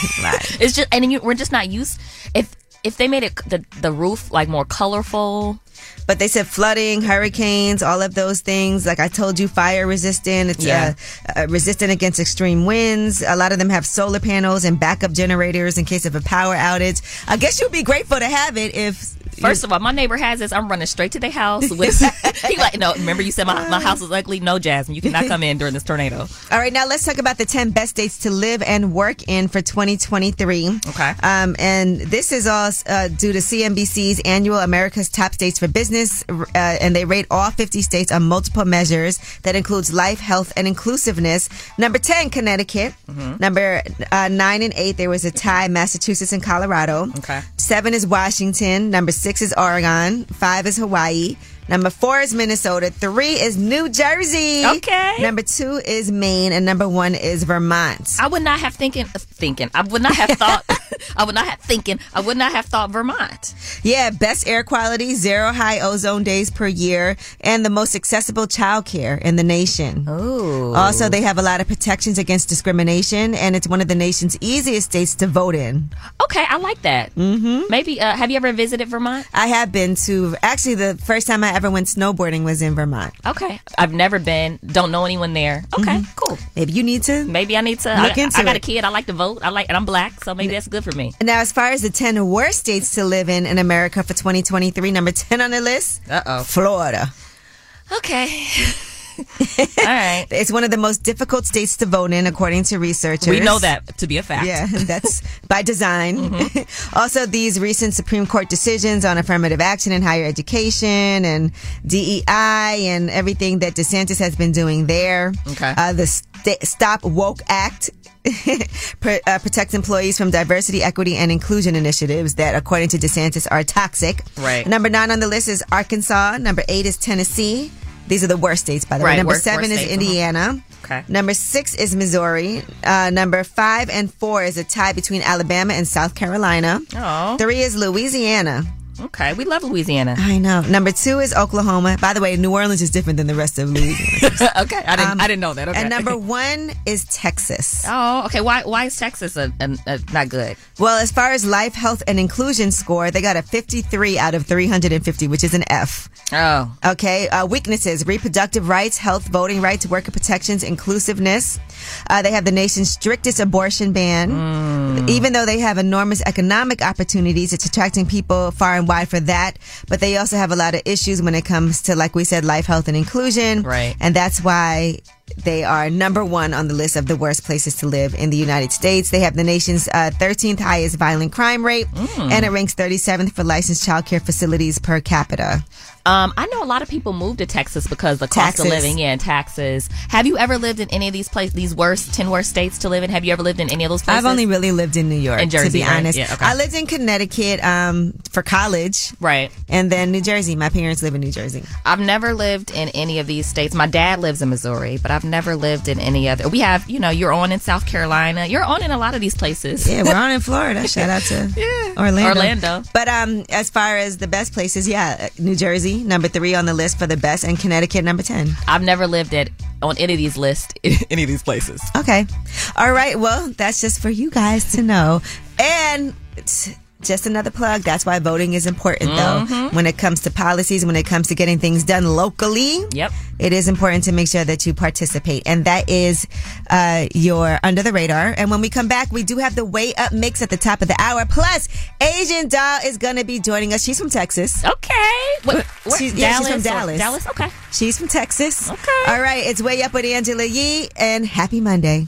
Speaker 3: it's just and you, we're just not used. If if they made it the the roof like more colorful,
Speaker 2: But they said flooding, hurricanes, all of those things. Like I told you, fire resistant. It's
Speaker 3: Yeah.
Speaker 2: uh, uh, resistant against extreme winds. A lot of them have solar panels and backup generators in case of a power outage. I guess you'd be grateful to have it if.
Speaker 3: First of all, my neighbor has this. I'm running straight to their house with. he like, no. Remember, you said my, my house is ugly. No, Jasmine, you cannot come in during this tornado.
Speaker 2: All right, now let's talk about the 10 best states to live and work in for 2023. Okay. Um, and this is all uh, due to CNBC's annual America's Top States for Business, uh, and they rate all 50 states on multiple measures that includes life, health, and inclusiveness. Number 10, Connecticut.
Speaker 9: Mhm.
Speaker 2: Number uh, 9 and 8, there was a tie, Massachusetts and Colorado.
Speaker 9: Okay.
Speaker 2: Seven is Washington. Number six is Oregon. Five is Hawaii. Number four is Minnesota. Three is New Jersey. Okay. Number two is Maine, and number one is Vermont.
Speaker 3: I would not have thinking thinking. I would not have thought. I would not have thinking. I would not have thought Vermont.
Speaker 2: Yeah, best air quality, zero high ozone days per year, and the most accessible childcare in the nation.
Speaker 3: Oh.
Speaker 2: Also, they have a lot of protections against discrimination, and it's one of the nation's easiest states to vote in.
Speaker 3: Okay, I like that. Mm-hmm. Maybe. Uh, have you ever visited Vermont?
Speaker 2: I have been to actually the first time I ever went snowboarding was in Vermont. Mm-hmm.
Speaker 3: Okay, Oh, I've never been. Don't know anyone there. Okay, cool.
Speaker 2: Maybe you need to.
Speaker 3: Maybe I need to.
Speaker 2: Look
Speaker 3: Uh, I,
Speaker 2: into
Speaker 3: I got a
Speaker 2: it.
Speaker 3: kid. I like to vote. I like, and I'm black, so maybe that's good for me.
Speaker 2: Now, as far as the 10 worst states to live in in America for 2023, number 10 on the list,
Speaker 3: Uh oh.
Speaker 2: Florida.
Speaker 3: Okay.
Speaker 2: All right. It's one of the most difficult states to vote in, according to researchers.
Speaker 3: We know that to be a fact. Mm-hmm.
Speaker 2: Yeah, that's by design. also, these recent Supreme Court decisions on affirmative action in higher education and DEI and everything that DeSantis has been doing there.
Speaker 9: Okay.
Speaker 2: Uh, the Sta- Stop Woke Act. pr- uh, protect employees from diversity, equity, and inclusion initiatives that, according to DeSantis, are toxic.
Speaker 3: Right.
Speaker 2: Number nine on the list is Arkansas. Number eight is Tennessee. These are the worst states, by the
Speaker 3: Right,
Speaker 2: way. Number
Speaker 3: worst-
Speaker 2: seven
Speaker 3: worst
Speaker 2: is
Speaker 3: states, uh-huh.
Speaker 2: Indiana.
Speaker 3: Okay.
Speaker 2: Number six is Missouri. Uh, number five and four is a tie between Alabama and South Carolina.
Speaker 3: Oh.
Speaker 2: Three is Louisiana.
Speaker 3: Okay, we love Louisiana.
Speaker 2: I know. Number two is Oklahoma. By the way, New Orleans is different than the rest of Louisiana.
Speaker 3: okay, I didn't.
Speaker 2: Um,
Speaker 3: I didn't know that. Okay.
Speaker 2: And number one is Texas.
Speaker 3: Oh, okay. Why? Why is Texas a, a, a not good?
Speaker 2: Well, as far as life, health, and inclusion score, they got a 53 out of 350, which is an F.
Speaker 3: Oh.
Speaker 2: Okay. Uh, weaknesses reproductive rights, health, voting rights, worker protections, inclusiveness. Uh, they have the nation's strictest abortion ban.
Speaker 3: Hmm.
Speaker 2: Even though they have enormous economic opportunities, it's attracting people far and wide for that. But they also have a lot of issues when it comes to, like we said, life, health, and inclusion.
Speaker 3: Right.
Speaker 2: And that's why they are number one on the list of the worst places to live in the United States. They have the nation's uh, 13th highest violent crime rate,
Speaker 3: Mm.
Speaker 2: and it ranks 37th for licensed childcare facilities per capita.
Speaker 3: Um, I know a lot of people move to Texas because the cost
Speaker 2: Taxes.
Speaker 3: of living yeah, and taxes. Have you ever lived in any of these places? These worst ten worst states to live in. Have you ever lived in any of those places?
Speaker 2: I've only really lived in New York,
Speaker 3: In Jersey,
Speaker 2: to be
Speaker 3: right?
Speaker 2: honest.
Speaker 3: Yeah, okay.
Speaker 2: I lived in Connecticut um, for college,
Speaker 3: right?
Speaker 2: And then New Jersey. My parents live in New Jersey.
Speaker 3: I've never lived in any of these states. My dad lives in Missouri, but I've never lived in any other. We have, you know, you're on in South Carolina. You're on in a lot of these places.
Speaker 2: Yeah, we're on in Florida. Shout out to Orlando.
Speaker 3: Orlando.
Speaker 2: But um, as far as the best places, yeah, New Jersey number three on the list for the best, and Connecticut number ten.
Speaker 3: I've never lived at on any of these lists, any of these places.
Speaker 2: Okay. All right. Well, that's just for you guys to know. And t- just another plug. That's why voting is important,
Speaker 3: Mhm.
Speaker 2: though. When it comes to policies, when it comes to getting things done locally,
Speaker 3: Yep.
Speaker 2: it is important to make sure that you participate. And that is uh, your under the radar. And when we come back, we do have the way up mix at the top of the hour. Plus, Asian Doll is going to be joining us. She's from Texas.
Speaker 3: Okay. What, where-
Speaker 2: She's, yeah, she's from
Speaker 3: Dallas or-
Speaker 2: Dallas.
Speaker 3: Dallas? Okay.
Speaker 2: She's from Texas. Okay. All right. It's Way Up with Angela Yee and happy Monday.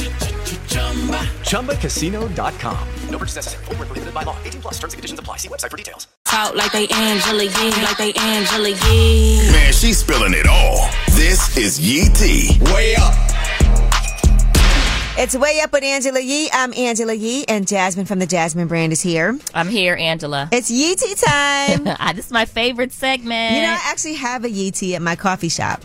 Speaker 17: ChumbaCasino.com. No purchase necessary, forward prohibited by law, 18 plus terms and conditions apply. See website for details.
Speaker 15: Talk like they Angela Yee, like they Angela Yee.
Speaker 4: Man, she's spilling it all. This is Yee T. Way up.
Speaker 2: It's Way Up with Angela Yee. I'm Angela Yee, and Jasmine from the Jasmine brand is here.
Speaker 3: I'm here, Angela.
Speaker 2: It's Yee Tea time.
Speaker 3: I- this is my favorite segment.
Speaker 2: You know, I actually have a Yee Tea at my coffee shop.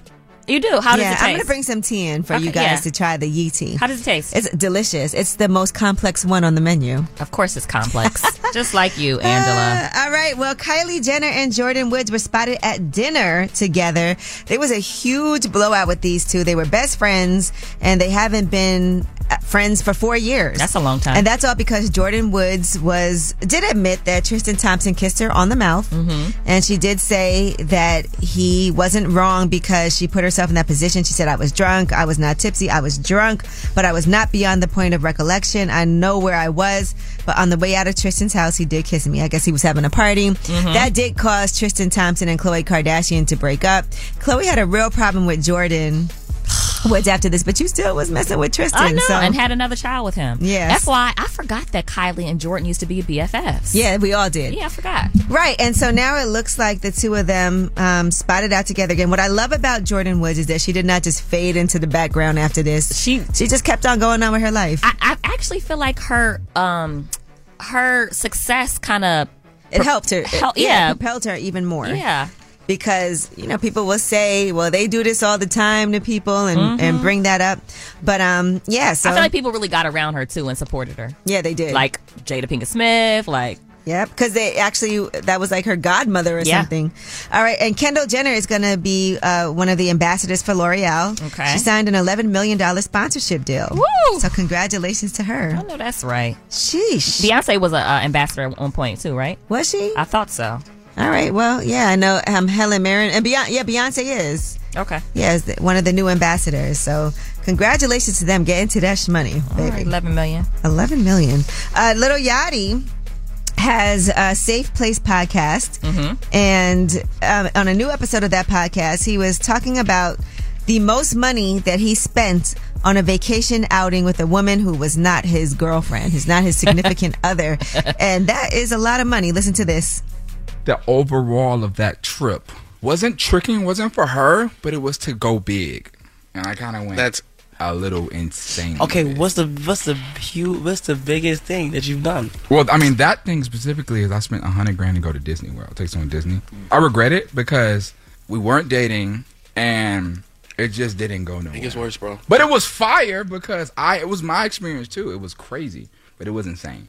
Speaker 3: You do? How does
Speaker 2: yeah,
Speaker 3: it
Speaker 2: I'm going
Speaker 3: taste?
Speaker 2: to bring some tea in for
Speaker 3: Okay,
Speaker 2: you guys
Speaker 3: yeah.
Speaker 2: to try the Yee Tea.
Speaker 3: How does it taste?
Speaker 2: It's delicious. It's the most complex one on the menu. Uh,
Speaker 3: Of course, it's complex. Just like you, Angela.
Speaker 2: All right. Well, Kylie Jenner and Jordan Woods were spotted at dinner together. There was a huge blowout with these two. They were best friends, and they haven't been uh, friends for four years.
Speaker 3: That's a long time.
Speaker 2: And that's all because Jordan Woods was did admit that Tristan Thompson kissed her on the mouth,
Speaker 3: Mhm.
Speaker 2: and she did say that he wasn't wrong because she put herself in that position. She said, "I was drunk. I was not tipsy. I was drunk, but I was not beyond the point of recollection. I know where I was, but on the way out of Tristan's house, he did kiss me. I guess he was having a party.
Speaker 3: Mm-hmm.
Speaker 18: Mhm.
Speaker 2: That did cause Tristan Thompson and Khloe Kardashian to break up. Khloe had a real problem with Jordan." Woods after this, but you still was messing with Tristan.
Speaker 3: I know,
Speaker 2: so-
Speaker 3: and had another child with him.
Speaker 2: Yes.
Speaker 3: That's why I forgot that Kylie and Jordan used to be BFFs.
Speaker 2: Yeah, we all did.
Speaker 3: Yeah, I forgot.
Speaker 2: Right. And so now it looks like the two of them um, spotted out together again. What I love about Jordan Woods is that she did not just fade into the background after this. She she just kept on going on with her life.
Speaker 3: I actually feel like her um her success kind of
Speaker 2: it helped her.
Speaker 3: Hel-
Speaker 2: It-
Speaker 3: yeah.
Speaker 2: It propelled her even more.
Speaker 3: Yeah.
Speaker 2: Because, you know, people will say, well, they do this all the time to people and, and
Speaker 3: Mhm.
Speaker 2: bring that up. But um, yeah, so.
Speaker 3: I feel like people really got around her too and supported her.
Speaker 2: Yeah, they did.
Speaker 3: Like Jada Pinkett Smith, like
Speaker 2: Yep, because they actually that was like her godmother or
Speaker 3: Yeah.
Speaker 2: something. All right, and Kendall Jenner is going to be uh, one of the ambassadors for L'Oreal.
Speaker 3: Okay.
Speaker 2: she signed an eleven million dollar sponsorship deal. Woo! So congratulations to her. I
Speaker 3: know that's right.
Speaker 2: Sheesh.
Speaker 3: Beyonce was an uh, ambassador at one point too, right?
Speaker 2: Was she?
Speaker 3: I thought so.
Speaker 2: All right, well, yeah, I know um, Helen Mirren and Beyonce. Yeah, Beyonce is.
Speaker 3: Okay.
Speaker 2: Yeah, is the- one of the new ambassadors. So congratulations to them getting to that money,
Speaker 3: All
Speaker 2: baby.
Speaker 3: right, 11 million.
Speaker 2: 11 million. Uh, Little Yachty has a Safe Place podcast.
Speaker 3: Mhm.
Speaker 2: And um, on a new episode of that podcast, he was talking about the most money that he spent on a vacation outing with a woman who was not his girlfriend, who's not his significant other. And that is a lot of money. Listen to this.
Speaker 19: the overall of that trip wasn't tricking, wasn't for her, but it was to go big, and I kind of went. That's a little insane.
Speaker 20: Okay, what's the what's the huge what's the biggest thing that you've done?
Speaker 19: Well, I mean that thing specifically is I spent a hundred grand to go to Disney World. Take someone to Disney. I regret it because we weren't dating and it just didn't go nowhere.
Speaker 20: It gets worse, bro.
Speaker 19: But it was fire because I it was my experience too. It was crazy, but it was insane.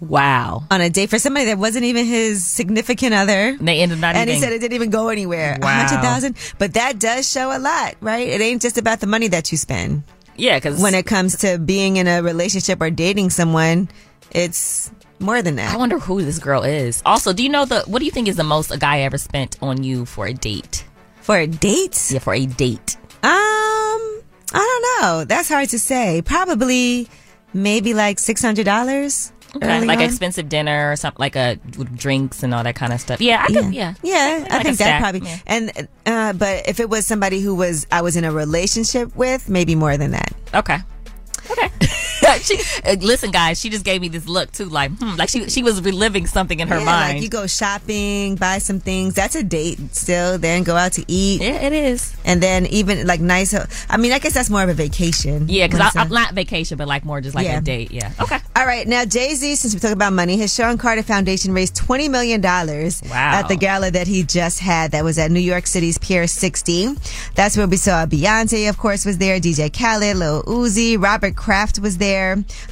Speaker 3: Wow.
Speaker 2: On a date for somebody that wasn't even his significant other.
Speaker 3: They ended not
Speaker 2: And he
Speaker 3: even-
Speaker 2: said it didn't even go anywhere.
Speaker 3: Wow.
Speaker 2: 100000 But that does show a lot, right? It ain't just about the money that you spend.
Speaker 3: Yeah, because
Speaker 2: when it comes to being in a relationship or dating someone, it's more than that.
Speaker 3: I wonder who this girl is. Also, do you know the what do you think is the most a guy ever spent on you for a date?
Speaker 2: For a date?
Speaker 3: Yeah, for a date.
Speaker 2: Um, I don't know. That's hard to say. Probably maybe like $600. Early
Speaker 3: like
Speaker 2: on?
Speaker 3: expensive dinner or something like a with drinks and all that kind of stuff. Yeah, I could. Yeah,
Speaker 2: yeah. I think
Speaker 3: Like a
Speaker 2: that
Speaker 3: stack,
Speaker 2: probably.
Speaker 3: yeah.
Speaker 2: And uh, but if it was somebody who was I was in a relationship with, maybe more than that.
Speaker 3: Okay. she, uh, listen, guys, she just gave me this look too, like hmm, like she she was reliving something in her
Speaker 2: Yeah,
Speaker 3: mind.
Speaker 2: Like you go shopping, buy some things. That's a date still. Then go out to eat.
Speaker 3: Yeah, it is.
Speaker 2: And then even like nice. ho- I mean, I guess that's more of a vacation.
Speaker 3: yeah,
Speaker 2: When
Speaker 3: because
Speaker 2: it's
Speaker 3: I'm
Speaker 2: a-
Speaker 3: not vacation, but like more just like
Speaker 2: Yeah.
Speaker 3: a date. Yeah. Okay.
Speaker 2: All right, now Jay Z, since we talk about money, his Sean Carter Foundation raised twenty million dollars at the gala that he just had. That was at New York City's Pier 60. That's where we saw Beyonce, of course, was there. DJ Khaled, Lil Uzi, Robert Kraft was there.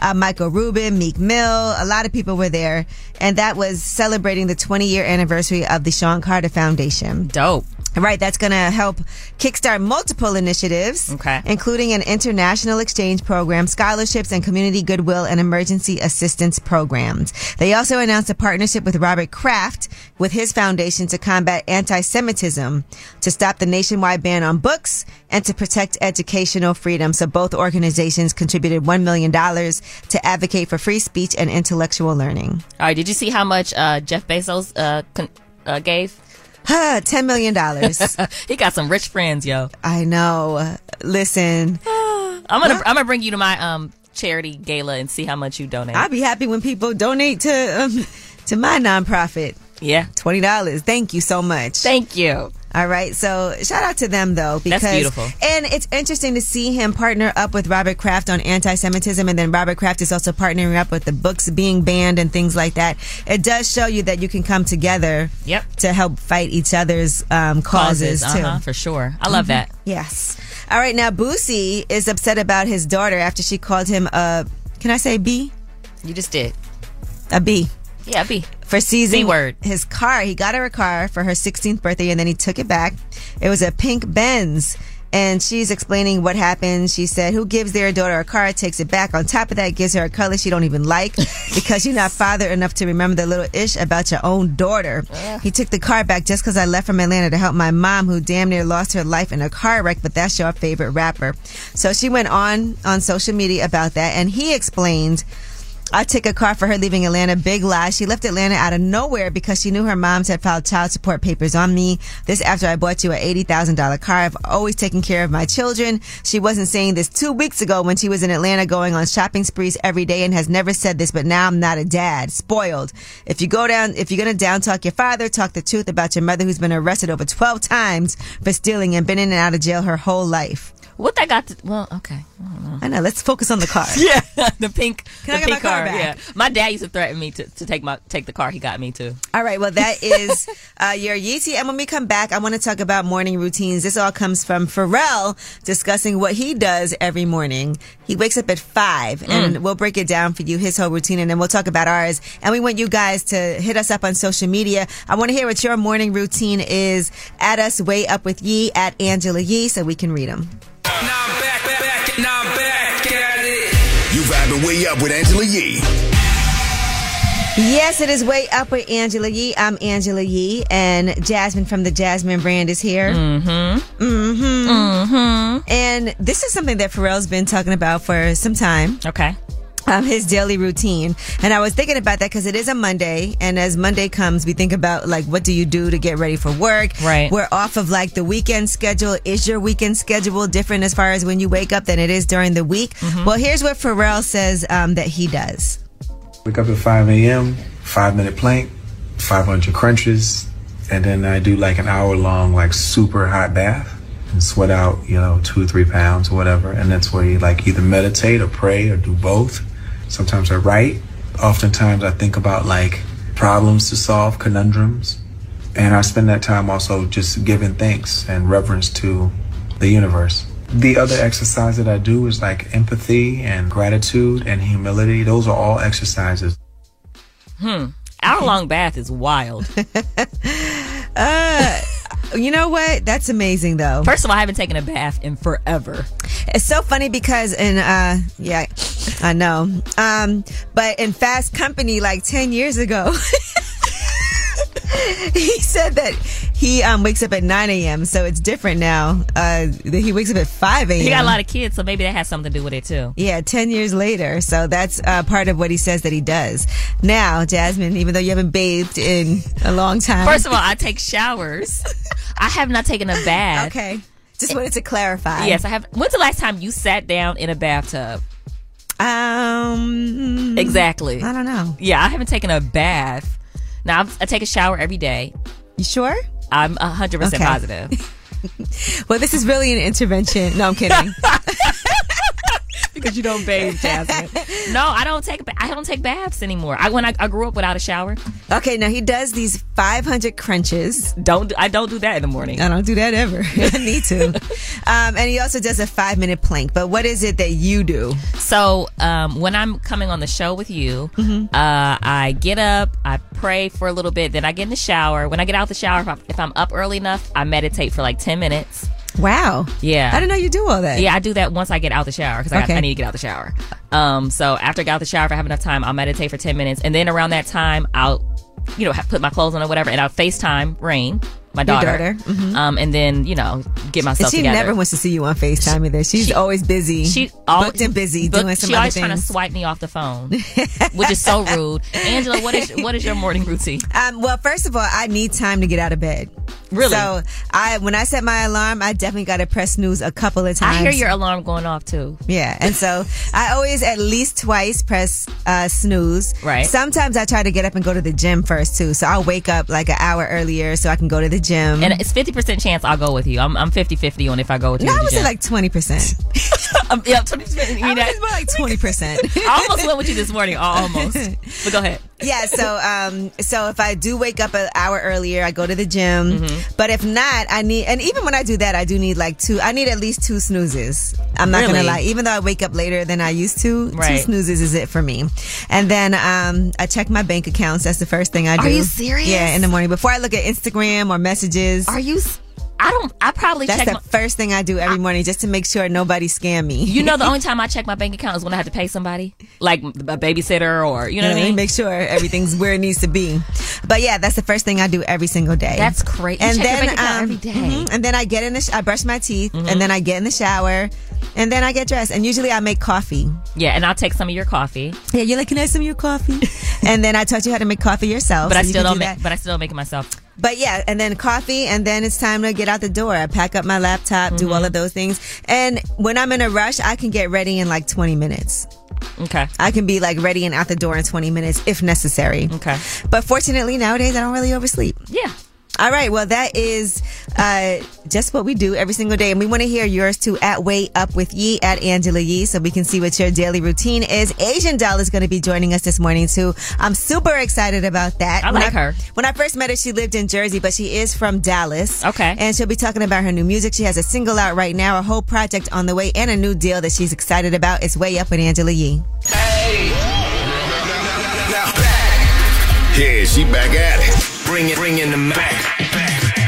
Speaker 2: Uh, Michael Rubin, Meek Mill, a lot of people were there, and that was celebrating the twenty year anniversary of the Sean Carter Foundation.
Speaker 3: Dope.
Speaker 2: Right, that's going to help kickstart multiple initiatives, okay. including an international exchange program, scholarships, and community goodwill and emergency assistance programs. They also announced a partnership with Robert Kraft with his foundation to combat anti-Semitism, to stop the nationwide ban on books, and to protect educational freedom. So both organizations contributed $1 million to advocate for free speech and intellectual learning.
Speaker 3: All right. Did you see how much uh, Jeff Bezos uh, con- uh, gave?
Speaker 2: Huh, $10 million.
Speaker 3: he got some rich friends, yo.
Speaker 2: I know. Listen.
Speaker 3: I'm gonna I'm gonna bring you to my um charity gala and see how much you donate.
Speaker 2: I'll be happy when people donate to um, to my nonprofit.
Speaker 3: Yeah,
Speaker 2: twenty dollars. Thank you so much.
Speaker 3: Thank you.
Speaker 2: All right, so shout out to them though because
Speaker 3: beautiful.
Speaker 2: and it's interesting to see him partner up with Robert Kraft on anti-Semitism, and then Robert Kraft is also partnering up with the books being banned and things like that. It does show you that you can come together,
Speaker 3: Yep.
Speaker 2: to help fight each other's um, causes, too.
Speaker 3: uh-huh, for sure. I love
Speaker 2: Mhm.
Speaker 3: that.
Speaker 2: Yes. All right, now Boosie is upset about his daughter after she called him a. Can I say B?
Speaker 3: You just did.
Speaker 2: A B.
Speaker 3: Yeah, B.
Speaker 2: For seizing
Speaker 3: B word.
Speaker 2: his car. He got her a car for her 16th birthday and then he took it back. It was a pink Benz. And she's explaining what happened. She said, "Who gives their daughter a car, takes it back. On top of that, gives her a color she don't even like because you're not father enough to remember the little ish about your own daughter." He took the car back just because I left from Atlanta to help my mom, who damn near lost her life in a car wreck. But that's your favorite rapper. So she went on on social media about that, and he explained. I took a car for her leaving Atlanta. Big lie. She left Atlanta out of nowhere because she knew her moms had filed child support papers on me. This after I bought you an $80,000 car. I've always taken care of my children. She wasn't saying this two weeks ago when she was in Atlanta going on shopping sprees every day and has never said this, but now I'm not a dad. Spoiled. If you go down, if you're going to down talk your father, talk the truth about your mother who's been arrested over 12 times for stealing and been in and out of jail her whole life.
Speaker 3: What that got to? Well, okay. I don't know.
Speaker 2: I know. Let's focus on the car.
Speaker 3: Yeah, the pink.
Speaker 2: Can I
Speaker 3: the
Speaker 2: get
Speaker 3: pink
Speaker 2: my car back?
Speaker 3: Yeah, my dad used to threaten me to, to take my take the car he got me too.
Speaker 2: All right, well, that is uh, your Yeezy. And when we come back, I want to talk about morning routines. This all comes from Pharrell discussing what he does every morning. He wakes up at five, and we'll break it down for you, his whole routine, and then we'll talk about ours. And we want you guys to hit us up on social media. I want to hear what your morning routine is. At us, Way Up With Yee, at Angela Yee, so we can read them.
Speaker 4: You vibing way up with Angela Yee.
Speaker 2: Yes, it is Way Up with Angela Yee. I'm Angela Yee, and Jasmine from the Jasmine brand is here.
Speaker 3: Mm-hmm.
Speaker 2: Mm-hmm. Mm-hmm. And this is something that Pharrell's been talking about for some time.
Speaker 3: Okay.
Speaker 2: Um, his daily routine. And I was thinking about that because it is a Monday. And as Monday comes, we think about like, what do you do to get ready for work?
Speaker 3: Right.
Speaker 2: We're off of like the weekend schedule. Is your weekend schedule different as far as when you wake up than it is during the week?
Speaker 3: Mm-hmm.
Speaker 2: Well, here's what Pharrell says um, that he does.
Speaker 18: Wake up at 5 a.m., five minute plank, 500 crunches, and then I do like an hour long, like super hot bath and sweat out, you know, two or three pounds or whatever. And that's where you like either meditate or pray or do both. Sometimes I write. Oftentimes I think about like problems to solve, conundrums. And I spend that time also just giving thanks and reverence to the universe. The other exercise that I do is like empathy and gratitude and humility. Those are all exercises.
Speaker 3: Hmm. Hour long bath is wild.
Speaker 2: Uh, you know what? That's amazing, though.
Speaker 3: First of all, I haven't taken a bath in forever.
Speaker 2: It's so funny because in uh yeah, I know. Um but in Fast Company like 10 years ago he said that He um, wakes up at 9 a.m., so it's different now. Uh, he wakes up at 5 a.m.
Speaker 3: He got a lot of kids, so maybe that has something to do with it too.
Speaker 2: Yeah, 10 years later. So that's uh, part of what he says that he does. Now, Jasmine, even though you haven't bathed in a long time.
Speaker 3: First of all, I take showers. I have not taken a bath.
Speaker 2: Okay. Just wanted to clarify.
Speaker 3: Yes, I have. When's the last time you sat down in a bathtub?
Speaker 2: Um.
Speaker 3: Exactly.
Speaker 2: I don't know.
Speaker 3: Yeah, I haven't taken a bath. Now I've, I take a shower every day.
Speaker 2: You sure?
Speaker 3: I'm hundred percent
Speaker 2: Okay.
Speaker 3: positive.
Speaker 2: Well, this is really an intervention. No, I'm kidding.
Speaker 3: because you don't bathe, Jasmine. no, I don't take. ba- I don't take baths anymore. I when I, I grew up without a shower.
Speaker 2: Okay, now he does these 500 crunches.
Speaker 3: Don't I don't do that in the morning.
Speaker 2: I don't do that ever. I need to. Um, and he also does a five minute plank. But what is it that you do?
Speaker 3: So um, when I'm coming on the show with you,
Speaker 2: Mm-hmm.
Speaker 3: uh, I get up, I pray for a little bit, then I get in the shower. When I get out the shower, if I'm, if I'm up early enough, I meditate for like ten minutes.
Speaker 2: Wow.
Speaker 3: Yeah.
Speaker 2: I didn't know you do all that.
Speaker 3: Yeah, I do that once I get out the shower because I, got-
Speaker 2: Okay.
Speaker 3: I need to get out the shower. Um, so after I get out the shower, if I have enough time, I'll meditate for ten minutes, and then around that time, I'll, you know, ha- put my clothes on or whatever, and I'll FaceTime Rain, my
Speaker 2: Your
Speaker 3: daughter,
Speaker 2: daughter, mhm.
Speaker 3: um, and then you know, get myself
Speaker 2: And she
Speaker 3: together.
Speaker 2: never wants to see you on FaceTime either. She's always busy.
Speaker 3: She
Speaker 2: always booked and busy
Speaker 3: But
Speaker 2: doing some
Speaker 3: she
Speaker 2: other
Speaker 3: always
Speaker 2: things.
Speaker 3: trying to swipe me off the phone, which is so rude. Angela, what is what is your morning routine?
Speaker 2: Um, well, first of all, I need time to get out of bed.
Speaker 3: Really?
Speaker 2: So I, when I set my alarm, I definitely got to press snooze a couple of times.
Speaker 3: I hear your alarm going off too.
Speaker 2: Yeah, and so I always at least twice press uh, snooze.
Speaker 3: Right.
Speaker 2: Sometimes I try to get up and go to the gym first too, so I'll wake up like an hour earlier so I can go to the gym.
Speaker 3: And it's fifty percent chance I'll go with you. I'm I'm fifty fifty on if I go with you.
Speaker 2: no, I
Speaker 3: to the
Speaker 2: would say
Speaker 3: gym.
Speaker 2: like twenty percent.
Speaker 3: Um, yeah, 20%, you know.
Speaker 2: like twenty percent.
Speaker 3: I almost went with you this morning. I Almost. But go ahead.
Speaker 2: yeah, so um, so if I do wake up an hour earlier, I go to the gym.
Speaker 3: Mm-hmm.
Speaker 2: But if not, I need, and even when I do that, I do need like two. I need at least two snoozes. I'm not
Speaker 3: Really?
Speaker 2: gonna lie. Even though I wake up later than I used to,
Speaker 3: Right.
Speaker 2: two snoozes is it for me. And then um, I check my bank accounts. That's the first thing I do.
Speaker 3: Are you serious?
Speaker 2: Yeah, in the morning before I look at Instagram or messages.
Speaker 3: Are you? I don't. I probably
Speaker 2: That's
Speaker 3: check
Speaker 2: the
Speaker 3: my-
Speaker 2: first thing I do every morning just to make sure nobody scam me.
Speaker 3: You know, the only time I check my bank account is when I have to pay somebody, like a babysitter or you know what I
Speaker 2: Yeah,
Speaker 3: mean.
Speaker 2: Mm-hmm. Make sure everything's where it needs to be. But yeah, that's the first thing I do every single day.
Speaker 3: That's great. You
Speaker 2: And
Speaker 3: check your
Speaker 2: then
Speaker 3: bank account
Speaker 2: um,
Speaker 3: every day. Mm-hmm.
Speaker 2: mhm, and then I get in the sh- I brush my teeth, and then I get in the shower, and then I get dressed. And usually I make coffee.
Speaker 3: Yeah, and I'll take some of your coffee,
Speaker 2: Yeah, you're like, can I have some of your coffee? and then I taught you how to make coffee yourself.
Speaker 3: but I
Speaker 2: Oh, so you
Speaker 3: still
Speaker 2: can
Speaker 3: don't.
Speaker 2: do
Speaker 3: make
Speaker 2: that.
Speaker 3: but I still don't make it myself.
Speaker 2: But yeah, and then coffee, and then it's time to get out the door. I pack up my laptop, do
Speaker 3: Mm-hmm.
Speaker 2: all of those things. And when I'm in a rush, I can get ready in like 20 minutes.
Speaker 3: Okay.
Speaker 2: I can be like ready and out the door in 20 minutes if necessary.
Speaker 3: Okay.
Speaker 2: But fortunately, nowadays, I don't really oversleep.
Speaker 3: Yeah.
Speaker 2: All right. Well, that is uh, just what we do every single day. And we want to hear yours too at Way Up With Ye at Angela Yee so we can see what your daily routine is. Asian Doll is going to be joining us this morning too. I'm super excited about that.
Speaker 3: I
Speaker 2: When
Speaker 3: like her.
Speaker 2: When I first met her, she lived in Jersey, but she is from Dallas. Okay. And she'll be talking about her new music. She has a single out right now, a whole project on the way, and a new deal that she's excited about. It's Way Up with Angela Yee.
Speaker 4: Yeah, she back at it. Bring it, bring in the Mac.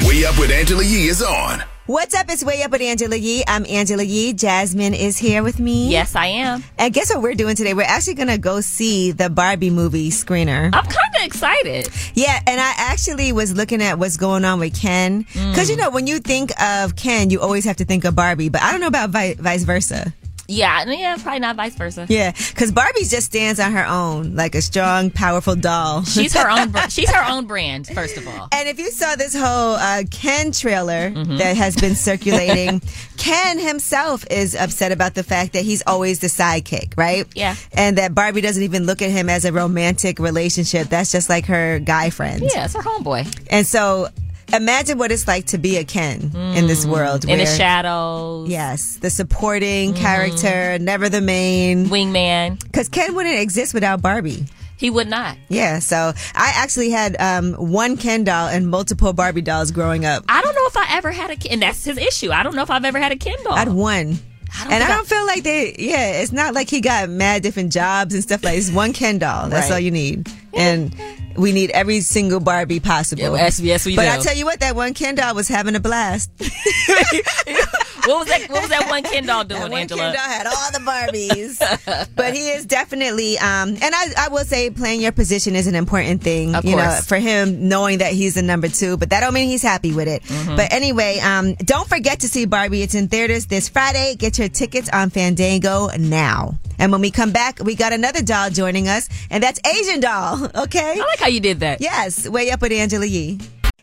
Speaker 4: Way Up with Angela Yee is on.
Speaker 2: What's up? It's Way Up with Angela Yee. I'm Angela Yee. Jasmine is here with me.
Speaker 3: Yes, I am.
Speaker 2: And guess what we're doing today? We're actually going to go see the Barbie movie screener.
Speaker 3: I'm kind of excited.
Speaker 2: Yeah, and I actually was looking at what's going on with Ken.
Speaker 3: Mm.
Speaker 2: Because, you know, when you think of Ken, you always have to think of Barbie. But I don't know about vi- vice versa.
Speaker 3: Yeah, and yeah, probably not vice versa.
Speaker 2: Yeah, because Barbie just stands on her own, like a strong, powerful doll.
Speaker 3: she's her own. Br- she's her own brand. First of all,
Speaker 2: And if you saw this whole uh, Ken trailer
Speaker 3: Mm-hmm.
Speaker 2: that has been circulating, Ken himself is upset about the fact that he's always the sidekick, right?
Speaker 3: Yeah.
Speaker 2: And that Barbie doesn't even look at him as a romantic relationship. That's just like her guy friend.
Speaker 3: yeah, it's her homeboy
Speaker 2: And so imagine what it's like to be a Ken in this world.
Speaker 3: Mm. in the
Speaker 2: where-
Speaker 3: shadows. Mm-hmm.
Speaker 2: Yes, the supporting character, never the main
Speaker 3: wingman.
Speaker 2: Because Ken wouldn't exist without Barbie.
Speaker 3: He would not.
Speaker 2: Yeah, so I actually had um, one Ken doll and multiple Barbie dolls growing up.
Speaker 3: I don't know if I ever had a kid, and that's his issue. I don't know if I've ever had a Kindle.
Speaker 2: I'd one.
Speaker 3: don't
Speaker 2: and
Speaker 3: think
Speaker 2: I
Speaker 3: I-
Speaker 2: don't feel like they, yeah, it's not like he got mad different jobs and stuff like It's one Ken doll. That's
Speaker 3: Right.
Speaker 2: all you need. And we need every single Barbie possible.
Speaker 3: Yeah, well, yes- yes, we
Speaker 2: But
Speaker 3: do.
Speaker 2: I tell you what, that one Ken doll was having a blast.
Speaker 3: What was that? What was that one Ken doll doing,
Speaker 2: one
Speaker 3: Angela?
Speaker 2: Ken doll had all the Barbies, but he is definitely. Um, and I, I will say, playing your position is an important thing.
Speaker 3: Of
Speaker 2: you know,
Speaker 3: course.
Speaker 2: for him knowing that he's the number two, but that don't mean he's happy with it.
Speaker 3: Mhm.
Speaker 2: But anyway, um, don't forget to see Barbie. It's in theaters this Friday. Get your tickets on Fandango now. And when we come back, we got another doll joining us, and that's Asian doll. Okay, I
Speaker 3: like how you did that.
Speaker 2: Yes, way up with Angela Yee.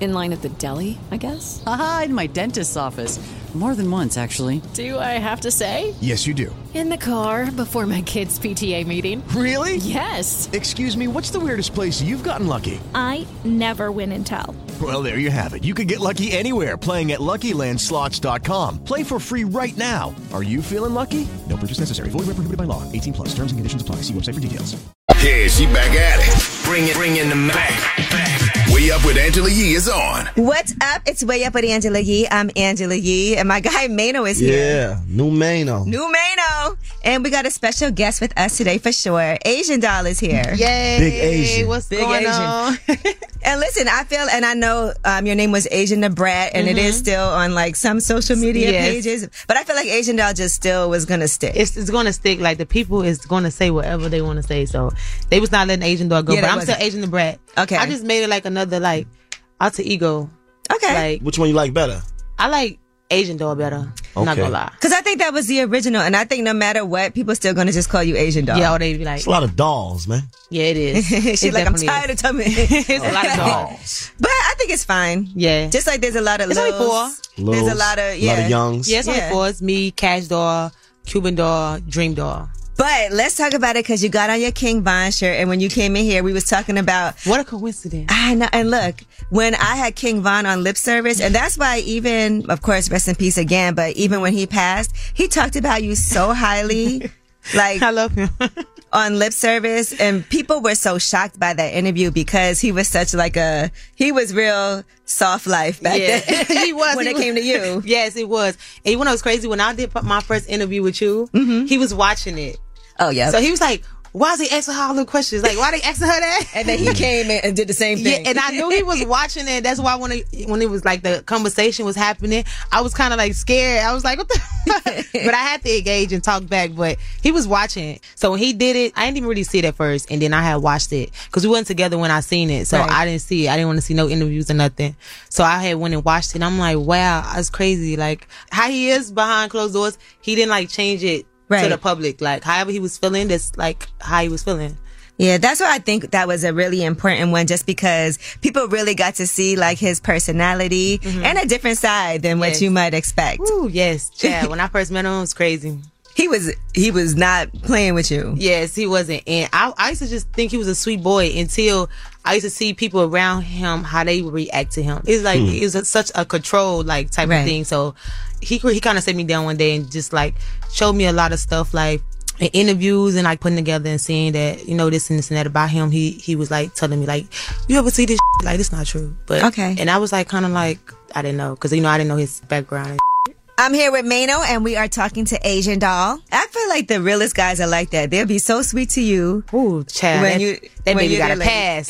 Speaker 21: In line at the deli, I guess? Aha, in my dentist's office.
Speaker 22: More than once, actually.
Speaker 21: Do I have to say?
Speaker 22: Yes, you do.
Speaker 21: In the car before my kids' PTA meeting.
Speaker 22: Really?
Speaker 21: Yes.
Speaker 22: Excuse me, what's the weirdest place you've gotten lucky?
Speaker 23: I never win and tell.
Speaker 22: Well, there you have it. You can get lucky anywhere playing at LuckyLandSlots.com. Play for free right now. Are you feeling lucky? No purchase necessary. Void where prohibited by law. 18 plus. Terms and conditions apply. See website for details.
Speaker 4: Yeah, she back at it. Bring it, bring in the Mac. Way Up with Angela Yee is on.
Speaker 2: What's up? It's way up with Angela Yee. I'm Angela Yee, and my guy Mano is here.
Speaker 24: Yeah, new Mano.
Speaker 2: New Mano, and we got a special guest with us today for sure. Asian Doll is here.
Speaker 25: Yay!
Speaker 24: Big Asian.
Speaker 25: What's going on?
Speaker 2: and listen, I feel and I know um, your name was Asian the Brat, and it is still on like some social media
Speaker 25: Mm-hmm. Yes.
Speaker 2: pages. But I feel like Asian Doll just still was gonna stick.
Speaker 25: It's, it's going to stick. Like the people is going to say whatever they want to say. So they was not letting Asian dog go.
Speaker 2: Yeah, they
Speaker 25: but I'm
Speaker 2: wasn't.
Speaker 25: still Asian the brat.
Speaker 2: Okay.
Speaker 25: I just made it like another like alter ego. Okay. Like
Speaker 24: Which one you like better?
Speaker 25: I like Asian dog better. I'm not
Speaker 24: Okay.
Speaker 25: gonna lie.
Speaker 2: Because I think that was the original, and I think no matter what, people still gonna just call you Asian Doll.
Speaker 25: Yeah, or they be like,
Speaker 24: It's a lot of dolls, man.
Speaker 25: yeah, it is.
Speaker 2: She's
Speaker 25: It
Speaker 2: like, I'm
Speaker 25: definitely
Speaker 2: tired
Speaker 25: is.
Speaker 2: of tummy. it's
Speaker 25: a lot of
Speaker 24: dolls.
Speaker 2: But I think it's fine.
Speaker 25: Yeah.
Speaker 2: Just like there's a lot of
Speaker 25: It's only
Speaker 2: lows.
Speaker 25: four.
Speaker 2: There's a lot of yeah.
Speaker 25: Yeah, it's only four. It's me, Cash Doll, Cuban Doll, Dream Doll.
Speaker 2: But let's talk about it because you got on your King Von shirt, and when you came in here, we was talking about
Speaker 25: what a coincidence.
Speaker 2: I know. And look, when I had King Von on lip service, and that's why even, of course, rest in peace again. But even when he passed, he talked about you so highly. Like I
Speaker 25: love him
Speaker 2: on lip service, and people were so shocked by that interview because he was such like a he was real soft life back
Speaker 25: yeah.
Speaker 2: then.
Speaker 25: he was
Speaker 2: when
Speaker 25: he
Speaker 2: it
Speaker 25: was-
Speaker 2: came to you.
Speaker 25: yes, it was. And you know what's crazy? When I did my first interview with you, he was watching it.
Speaker 2: Mm-hmm. Oh yeah.
Speaker 25: So he was like, "Why is he asking her all the questions? Like, why they asking her that?"
Speaker 2: And then he came in and did the same thing.
Speaker 25: Mm. Yeah, and I knew he was watching it. That's why when it, when it was like the conversation was happening, I was kind of like scared. I was like, "What the?" fuck?" but I had to engage and talk back. But he was watching it, so when he did it, I didn't even really see it at first, and then I had watched it because we wasn't together when I seen it, so
Speaker 24: Right.
Speaker 25: I didn't see. it. I didn't want to see no interviews or nothing. So I had went and watched it. And I'm like, "Wow, that's crazy!" Like how he is behind closed doors. He didn't like change it
Speaker 2: Right.
Speaker 25: to the public. Like however he was feeling, that's like how he was feeling.
Speaker 2: Yeah, that's why I think that was a really important one just because people really got to see like his personality and a different side than what
Speaker 25: Mm-hmm. Yes.
Speaker 2: you might expect.
Speaker 25: Ooh, yes, Chad. when I first met him, it was crazy.
Speaker 2: He was he was not playing with you.
Speaker 25: Yes, he wasn't. And I, I used to just think he was a sweet boy until I used to see people around him how they would react to him. It's like
Speaker 24: Hmm.
Speaker 25: it was a- such a control like type
Speaker 24: Right.
Speaker 25: of thing. So he he kind of sat me down one day and just like showed me a lot of stuff like in interviews and like putting together and seeing that you know this and this and that about him. He he was like telling me like you ever see this like it's not true. But okay, and I was like kind of like I didn't know because you know I didn't know his background. And
Speaker 2: I'm here with Mano, and we are talking to Asian Doll. I feel like the realest guys are like that. They'll be so sweet to you.
Speaker 25: Ooh, child,
Speaker 2: When
Speaker 25: that-
Speaker 2: you
Speaker 25: that
Speaker 2: when
Speaker 25: baby
Speaker 2: you're
Speaker 25: got a
Speaker 2: their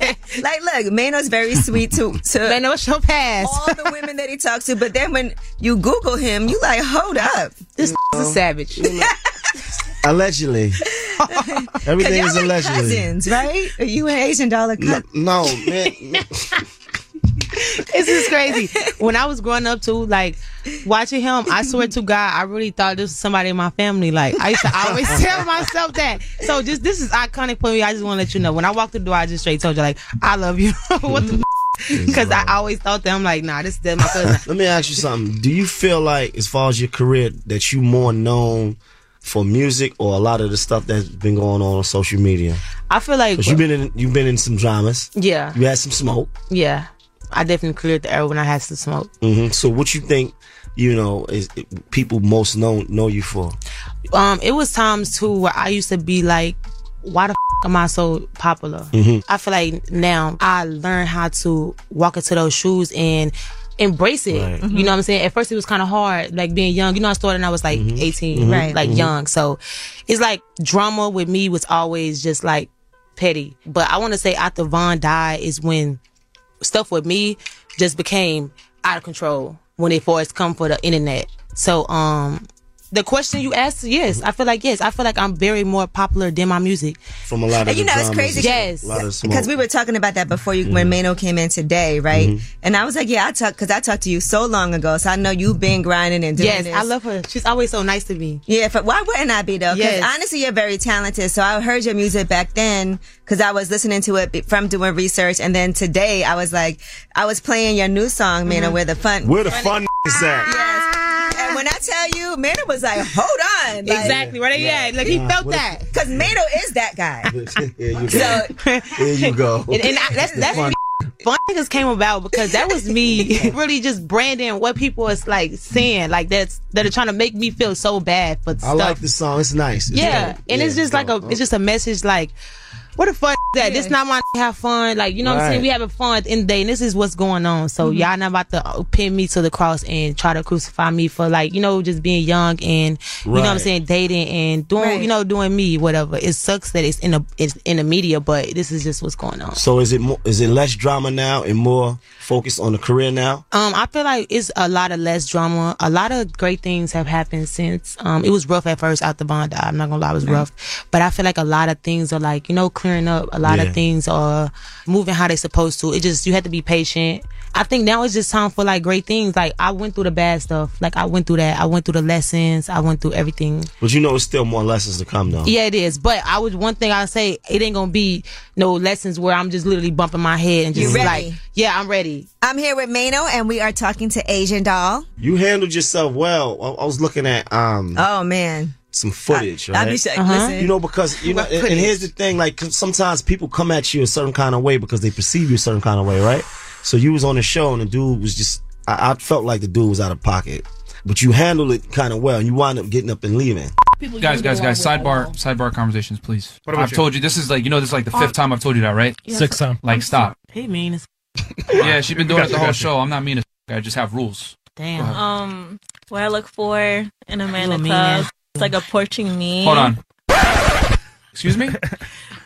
Speaker 2: lady. like, look, Mano's very sweet to to Mano.
Speaker 25: Show pass
Speaker 2: all the women that he talks to, but then when you Google him, you like, hold up,
Speaker 25: this is a savage.
Speaker 24: Allegedly. Everything
Speaker 2: y'all
Speaker 24: is
Speaker 2: like
Speaker 24: allegedly.
Speaker 2: cousins, right? Are you an Asian Doll?
Speaker 24: No, no, man.
Speaker 25: This is crazy. When I was growing up too, like watching him, I swear to God, I really thought this was somebody in my family. Like I used to always tell myself that. So just this is iconic for me. I just want to let you know. When I walked through the door, I just straight told you like I love you. what the
Speaker 24: Mm-hmm.
Speaker 25: because I always thought that I'm like, nah, this is dead my cousin.
Speaker 24: Let me ask you something. Do you feel like, as far as your career, that you more known for music or a lot of the stuff that's been going on on social media?
Speaker 25: I feel like
Speaker 24: Because you've been in, you've been in some dramas.
Speaker 25: Yeah.
Speaker 24: You had some smoke.
Speaker 25: Yeah. I definitely cleared the air when I had some smoke.
Speaker 24: hmm So, what you think? You know, is people most know know you for?
Speaker 25: Um, it was times too where I used to be like, why the f- am I so popular?
Speaker 24: Mhm.
Speaker 25: I feel like now I learned how to walk into those shoes and embrace it.
Speaker 24: Right.
Speaker 25: You know what I'm saying? At first it was kind of hard, like being young. You know, I started and I was like 18,
Speaker 24: Mhm. Right.
Speaker 25: Like
Speaker 24: Mhm.
Speaker 25: young. So it's like drama with me was always just like petty. But I want to say after Von died is when stuff with me just became out of control when it first come for the internet. So um the question you asked, yes, I feel like yes, I feel like I'm very more popular than my music.
Speaker 24: From a lot of
Speaker 2: And you
Speaker 24: the
Speaker 2: know, it's
Speaker 24: dramas
Speaker 2: crazy.
Speaker 24: and
Speaker 2: Yes.
Speaker 24: a lot of smoke.
Speaker 2: Because we were talking about that before you, when Mano came in today, right?
Speaker 24: Mhm.
Speaker 2: And I was like, yeah, I talked, cause I talked to you so long ago. So I know you've been grinding and doing
Speaker 25: Yes,
Speaker 2: this.
Speaker 25: I love her. She's always so nice to me.
Speaker 2: Yeah, for, why wouldn't I be though? Because
Speaker 25: Yes.
Speaker 2: honestly, you're very talented. So I heard your music back then because I was listening to it be- from doing research, and then today I was like, I was playing your new song, Mana,
Speaker 24: Mm-hmm.
Speaker 25: Mm-hmm.
Speaker 2: where the fun.
Speaker 24: Where the fun is at?
Speaker 2: Yes. And when I tell you, Mano was like, hold on. Like,
Speaker 25: Exactly, where they at. Like, he Nah, felt what if- that.
Speaker 2: Because Mano is that guy.
Speaker 24: Here you go.
Speaker 2: So-
Speaker 24: Here you go.
Speaker 25: And, and I, that's
Speaker 24: The
Speaker 25: that's
Speaker 24: fun-
Speaker 25: fun niggas came about because that was me really just branding what people is like saying like that's that are trying to make me feel so bad for
Speaker 24: I
Speaker 25: stuff.
Speaker 24: like the song. It's nice. It's
Speaker 25: Ah. yeah,
Speaker 24: dope.
Speaker 25: and it's
Speaker 24: Yeah,
Speaker 25: just like a it's just a message like. What the fuck is that? This not my have fun. Like, you know what I'm saying?
Speaker 24: Right.
Speaker 25: We having fun at the end of the day, and this is what's going on. So
Speaker 24: Mhm.
Speaker 25: y'all not about to uh, pin me to the cross and try to crucify me for like, you know, just being young and you know what I'm
Speaker 24: Right.
Speaker 25: saying, dating and doing you know, doing me, whatever. It sucks that it's in the it's in the media, but this is just what's going on.
Speaker 24: So is it more, is it less drama now and more focused on the career now?
Speaker 25: Um, I feel like it's a lot of less drama. A lot of great things have happened since. Um, it was rough at first after Bond. I'm not gonna lie, it was
Speaker 24: Mhm.
Speaker 25: rough. But I feel like a lot of things are like you know clearing up. A lot
Speaker 24: Yeah.
Speaker 25: of things are moving how they're supposed to. It just you have to be patient. I think now it's just time for like great things. Like I went through the bad stuff. Like I went through that. I went through the lessons. I went through everything.
Speaker 24: But you know, it's still more lessons to come
Speaker 2: Oh.
Speaker 24: though.
Speaker 25: Yeah, it is. But I would one thing I say it ain't gonna be no lessons where I'm just literally bumping my head and just
Speaker 2: You ready?
Speaker 25: like yeah, I'm ready.
Speaker 2: I'm here with Mano, and we are talking to Asian Doll.
Speaker 24: You handled yourself well. I, I was looking at um
Speaker 25: Uh,
Speaker 2: Oh man.
Speaker 24: some footage,
Speaker 2: I-
Speaker 24: right?
Speaker 2: I'd be like, Uh-huh. listen.
Speaker 24: You know, because you know,
Speaker 2: What
Speaker 24: and, and
Speaker 2: footage?
Speaker 24: here's the thing: like 'cause sometimes people come at you a certain kind of way because they perceive you a certain kind of way, right? So you was on the show, and the dude was just. I, I felt like the dude was out of pocket, but you handled it kind of well, and you wind up getting up and leaving.
Speaker 19: Guys, guys, guys, sidebar, sidebar conversations, please.
Speaker 24: What about
Speaker 19: I've
Speaker 24: you?
Speaker 19: told you this is like you know this is like the
Speaker 25: Uh,
Speaker 19: fifth time I've told you that, right?
Speaker 25: Yes. Sixth time.
Speaker 19: Like stop.
Speaker 25: Hey, mean. it's-
Speaker 19: Yeah, she's been doing
Speaker 25: Gotcha,
Speaker 19: it the whole
Speaker 25: gotcha.
Speaker 19: show. I'm not mean as f- I just have rules. Go
Speaker 25: Uh,
Speaker 19: ahead.
Speaker 1: Um, what I look for in a man
Speaker 19: a
Speaker 1: in a
Speaker 19: mean
Speaker 1: club,
Speaker 19: ass.
Speaker 1: it's like approaching me.
Speaker 19: Hold on. Excuse me?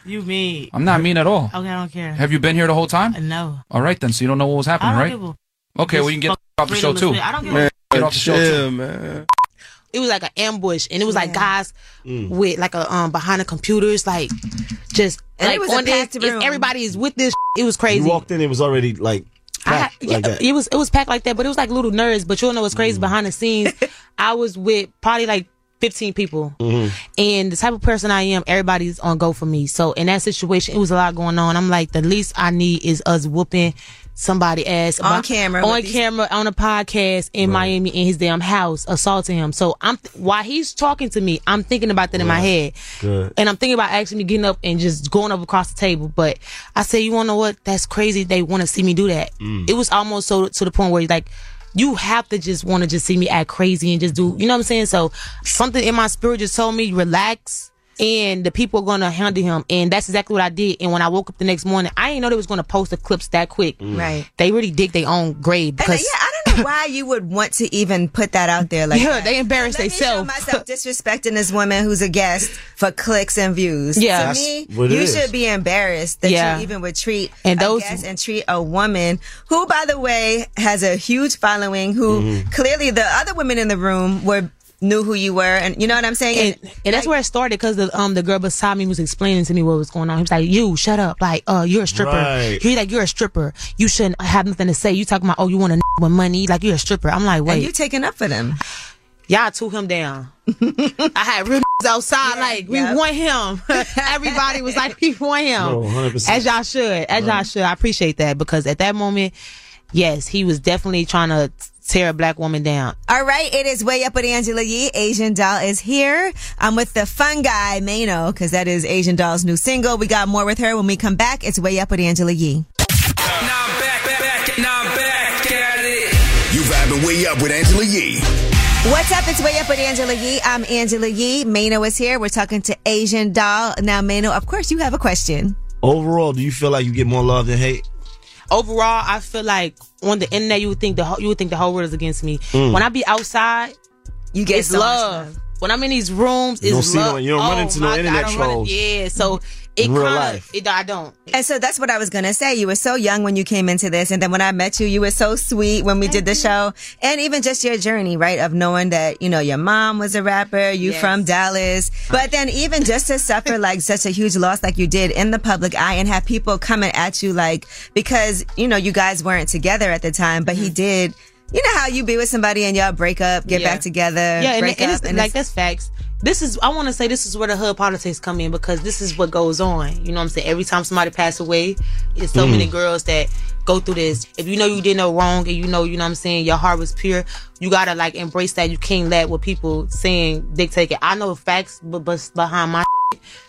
Speaker 1: You mean?
Speaker 19: I'm not mean at all.
Speaker 1: Okay, I don't care.
Speaker 19: Have you been here the whole time?
Speaker 1: No.
Speaker 19: All right then, so you don't know what was happening,
Speaker 25: Uh, I don't
Speaker 19: right?
Speaker 25: give a-
Speaker 19: okay, well you can get
Speaker 25: This
Speaker 19: the f- off the show
Speaker 25: freedom of
Speaker 19: too.
Speaker 25: speech. I don't give a Man,
Speaker 19: get off the show
Speaker 25: chill,
Speaker 19: too.
Speaker 25: it was like an ambush, and it was like guys
Speaker 19: Mm.
Speaker 25: with like a um behind the computers, like just
Speaker 2: And it
Speaker 25: like
Speaker 2: was a
Speaker 25: on this.
Speaker 2: packed
Speaker 25: if
Speaker 2: room.
Speaker 25: Everybody is with this. It was
Speaker 24: You
Speaker 25: crazy.
Speaker 24: walked in, it was already like packed
Speaker 25: Yeah,
Speaker 24: like that. Mm.
Speaker 25: it was it was packed like that, but it was like little nerds. But you will know what's crazy behind the scenes. I was with probably like fifteen people.
Speaker 24: Mhm.
Speaker 25: And the type of person I am, everybody's on go for me. So in that situation, it was a lot going on. I'm like, the least I need is us whooping somebody ass
Speaker 2: On
Speaker 25: My-
Speaker 2: camera
Speaker 25: on
Speaker 2: with these-
Speaker 25: camera, on a podcast in Miami in his damn house, assaulting him. So I'm th- while he's talking to me, I'm thinking about that in my head.
Speaker 24: Good.
Speaker 25: And I'm thinking about actually getting up and just going up across the table. But I say, you wanna know what? That's crazy. They wanna see me do that.
Speaker 24: Mm.
Speaker 25: It was almost so to the point where like you have to just wanna just see me act crazy and just do you know what I'm saying? So something in my spirit just told me, relax. and the people are gonna handle him. And that's exactly what I did. And when I woke up the next morning, I didn't know they was gonna post the clips that quick.
Speaker 2: Mm. Right.
Speaker 25: They really dig their own grave because
Speaker 2: uh, I don't know why you would want to even put that out there. Like,
Speaker 25: Yeah,
Speaker 2: that.
Speaker 25: they embarrass
Speaker 2: Let me show
Speaker 25: theyself.
Speaker 2: myself disrespecting this woman who's a guest for clicks and views.
Speaker 25: Yeah.
Speaker 2: to
Speaker 25: That's
Speaker 2: me,
Speaker 25: what it
Speaker 2: you
Speaker 25: is.
Speaker 2: should be embarrassed that
Speaker 25: Yeah.
Speaker 2: you even would treat
Speaker 25: And
Speaker 2: and
Speaker 25: those-
Speaker 2: those a guest and treat a woman who, by the way, has a huge following. Who
Speaker 25: Mm-hmm.
Speaker 2: clearly the other women in the room were knew who you were, and you know what I'm saying.
Speaker 25: and, and that's where it started because the um the girl beside me was explaining to me what was going on. He was like, "You shut up! Like, uh, you're a stripper.
Speaker 24: Right.
Speaker 25: He's like, you're a stripper. You shouldn't have nothing to say. You talking about oh, you want to with money? Like, you're a stripper. I'm like, wait,
Speaker 2: you taking up for them?
Speaker 25: Y'all took him down. I had real outside. like, we
Speaker 24: yep.
Speaker 25: want him. Everybody was like, we want him.
Speaker 24: No, 100%.
Speaker 25: As y'all should. As y'all
Speaker 24: Right.
Speaker 25: should. I appreciate that because at that moment, yes, he was definitely trying to tear a black woman down.
Speaker 2: All right, it is way up with Angela Yee. Asian Doll is here. I'm with the fun guy, Mano, because that is Asian Doll's new single. We got more with her when we come back. It's way up with Angela Yee.
Speaker 4: You vibing way up with Angela Yee.
Speaker 2: What's up? It's way up with Angela Yee. I'm Angela Yee. Mano is here. We're talking to Asian Doll. Now, Mano, of course, you have a question.
Speaker 24: Overall, do you feel like you get more love than hate?
Speaker 25: overall, I feel like on the internet, you would think the whole, you would think the whole world is against me.
Speaker 24: Mm.
Speaker 25: When I be outside,
Speaker 2: you get
Speaker 25: it's
Speaker 2: so much
Speaker 25: love. When I'm in these rooms,
Speaker 24: You
Speaker 25: it's
Speaker 24: don't see
Speaker 25: love. Oh
Speaker 24: no- you don't run into no
Speaker 25: my God, I
Speaker 24: internet
Speaker 25: don't run in-
Speaker 24: trolls.
Speaker 25: Yeah, so it
Speaker 24: In real
Speaker 25: kind
Speaker 24: life.
Speaker 25: of I don't.
Speaker 2: And so that's what I was going to say. You were so young when you came into this. And then when I met you, you were so sweet when we did the show and even just your journey, right? Of knowing that, you know, your mom was a rapper, you
Speaker 24: Yes.
Speaker 2: from Dallas, but then even just to suffer like such a huge loss like you did in the public eye and have people coming at you like, because, you know, you guys weren't together at the time,
Speaker 25: Mm-hmm.
Speaker 2: but he did. You know how you be with somebody and y'all break up, get
Speaker 25: Yeah.
Speaker 2: back together, yeah,
Speaker 25: Yeah, and,
Speaker 2: break
Speaker 25: and
Speaker 2: up,
Speaker 25: it's
Speaker 2: and
Speaker 25: like
Speaker 2: it's-
Speaker 25: that's facts. This is I want to say this is where the hood politics come in because this is what goes on. You know what I'm saying? Every time somebody pass away, it's so
Speaker 24: Mm.
Speaker 25: many girls that go through this. If you know you did no wrong and you know, you know what I'm saying, your heart was pure, you got to like embrace that. You can't let what people saying dictate it. I know facts but, but behind my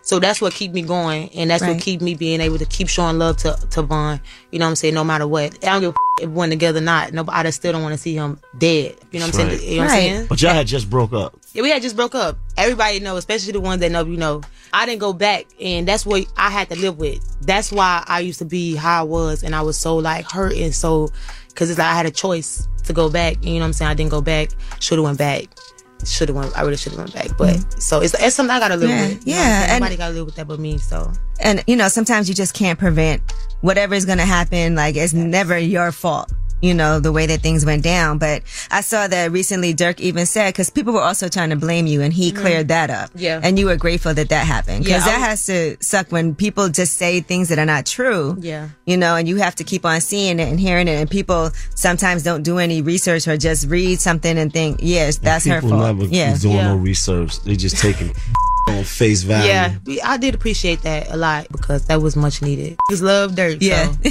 Speaker 25: so that's what keep me going and that's
Speaker 2: Right.
Speaker 25: what keep me being able to keep showing love to to Von. You know what I'm saying? No matter what. I don't give a if we went together or not. No, I just still don't want to see him dead. You know what I'm
Speaker 24: Right.
Speaker 25: saying? You know what I'm saying?
Speaker 24: But y'all had just broke up.
Speaker 25: Yeah, we had just broke up. Everybody know, especially the ones that know, you know. I didn't go back, and that's what I had to live with. That's why I used to be how I was, and I was so like hurt and so, cause it's like I had a choice to go back. You know what I'm saying? I didn't go back. Should have went back. Should have went. I really should have went back. But so it's, it's something I gotta live
Speaker 2: Mm-hmm. Yeah,
Speaker 25: with. You know what I'm
Speaker 2: yeah,
Speaker 25: saying?
Speaker 2: and-
Speaker 25: nobody gotta live with that but me. So
Speaker 2: and you know sometimes you just can't prevent whatever is going to happen like it's never your fault you know the way that things went down but i saw that recently dirk even said because people were also trying to blame you and he
Speaker 25: Mhm.
Speaker 2: cleared that up
Speaker 25: Yeah.
Speaker 2: and you were grateful that that happened
Speaker 25: Yeah,
Speaker 2: because
Speaker 25: I
Speaker 2: that
Speaker 25: was-
Speaker 2: has to suck when people just say things that are not true
Speaker 25: yeah.
Speaker 2: you know, and you have to keep on seeing it and hearing it. And people sometimes don't do any research or just read something and think, yes, that's her
Speaker 24: People
Speaker 2: fault.
Speaker 24: never
Speaker 2: Yeah.
Speaker 24: doing no research. They just taking on face value.
Speaker 25: Yeah, we, I did appreciate that a lot because that was much needed. Just love dirt. Yeah, so.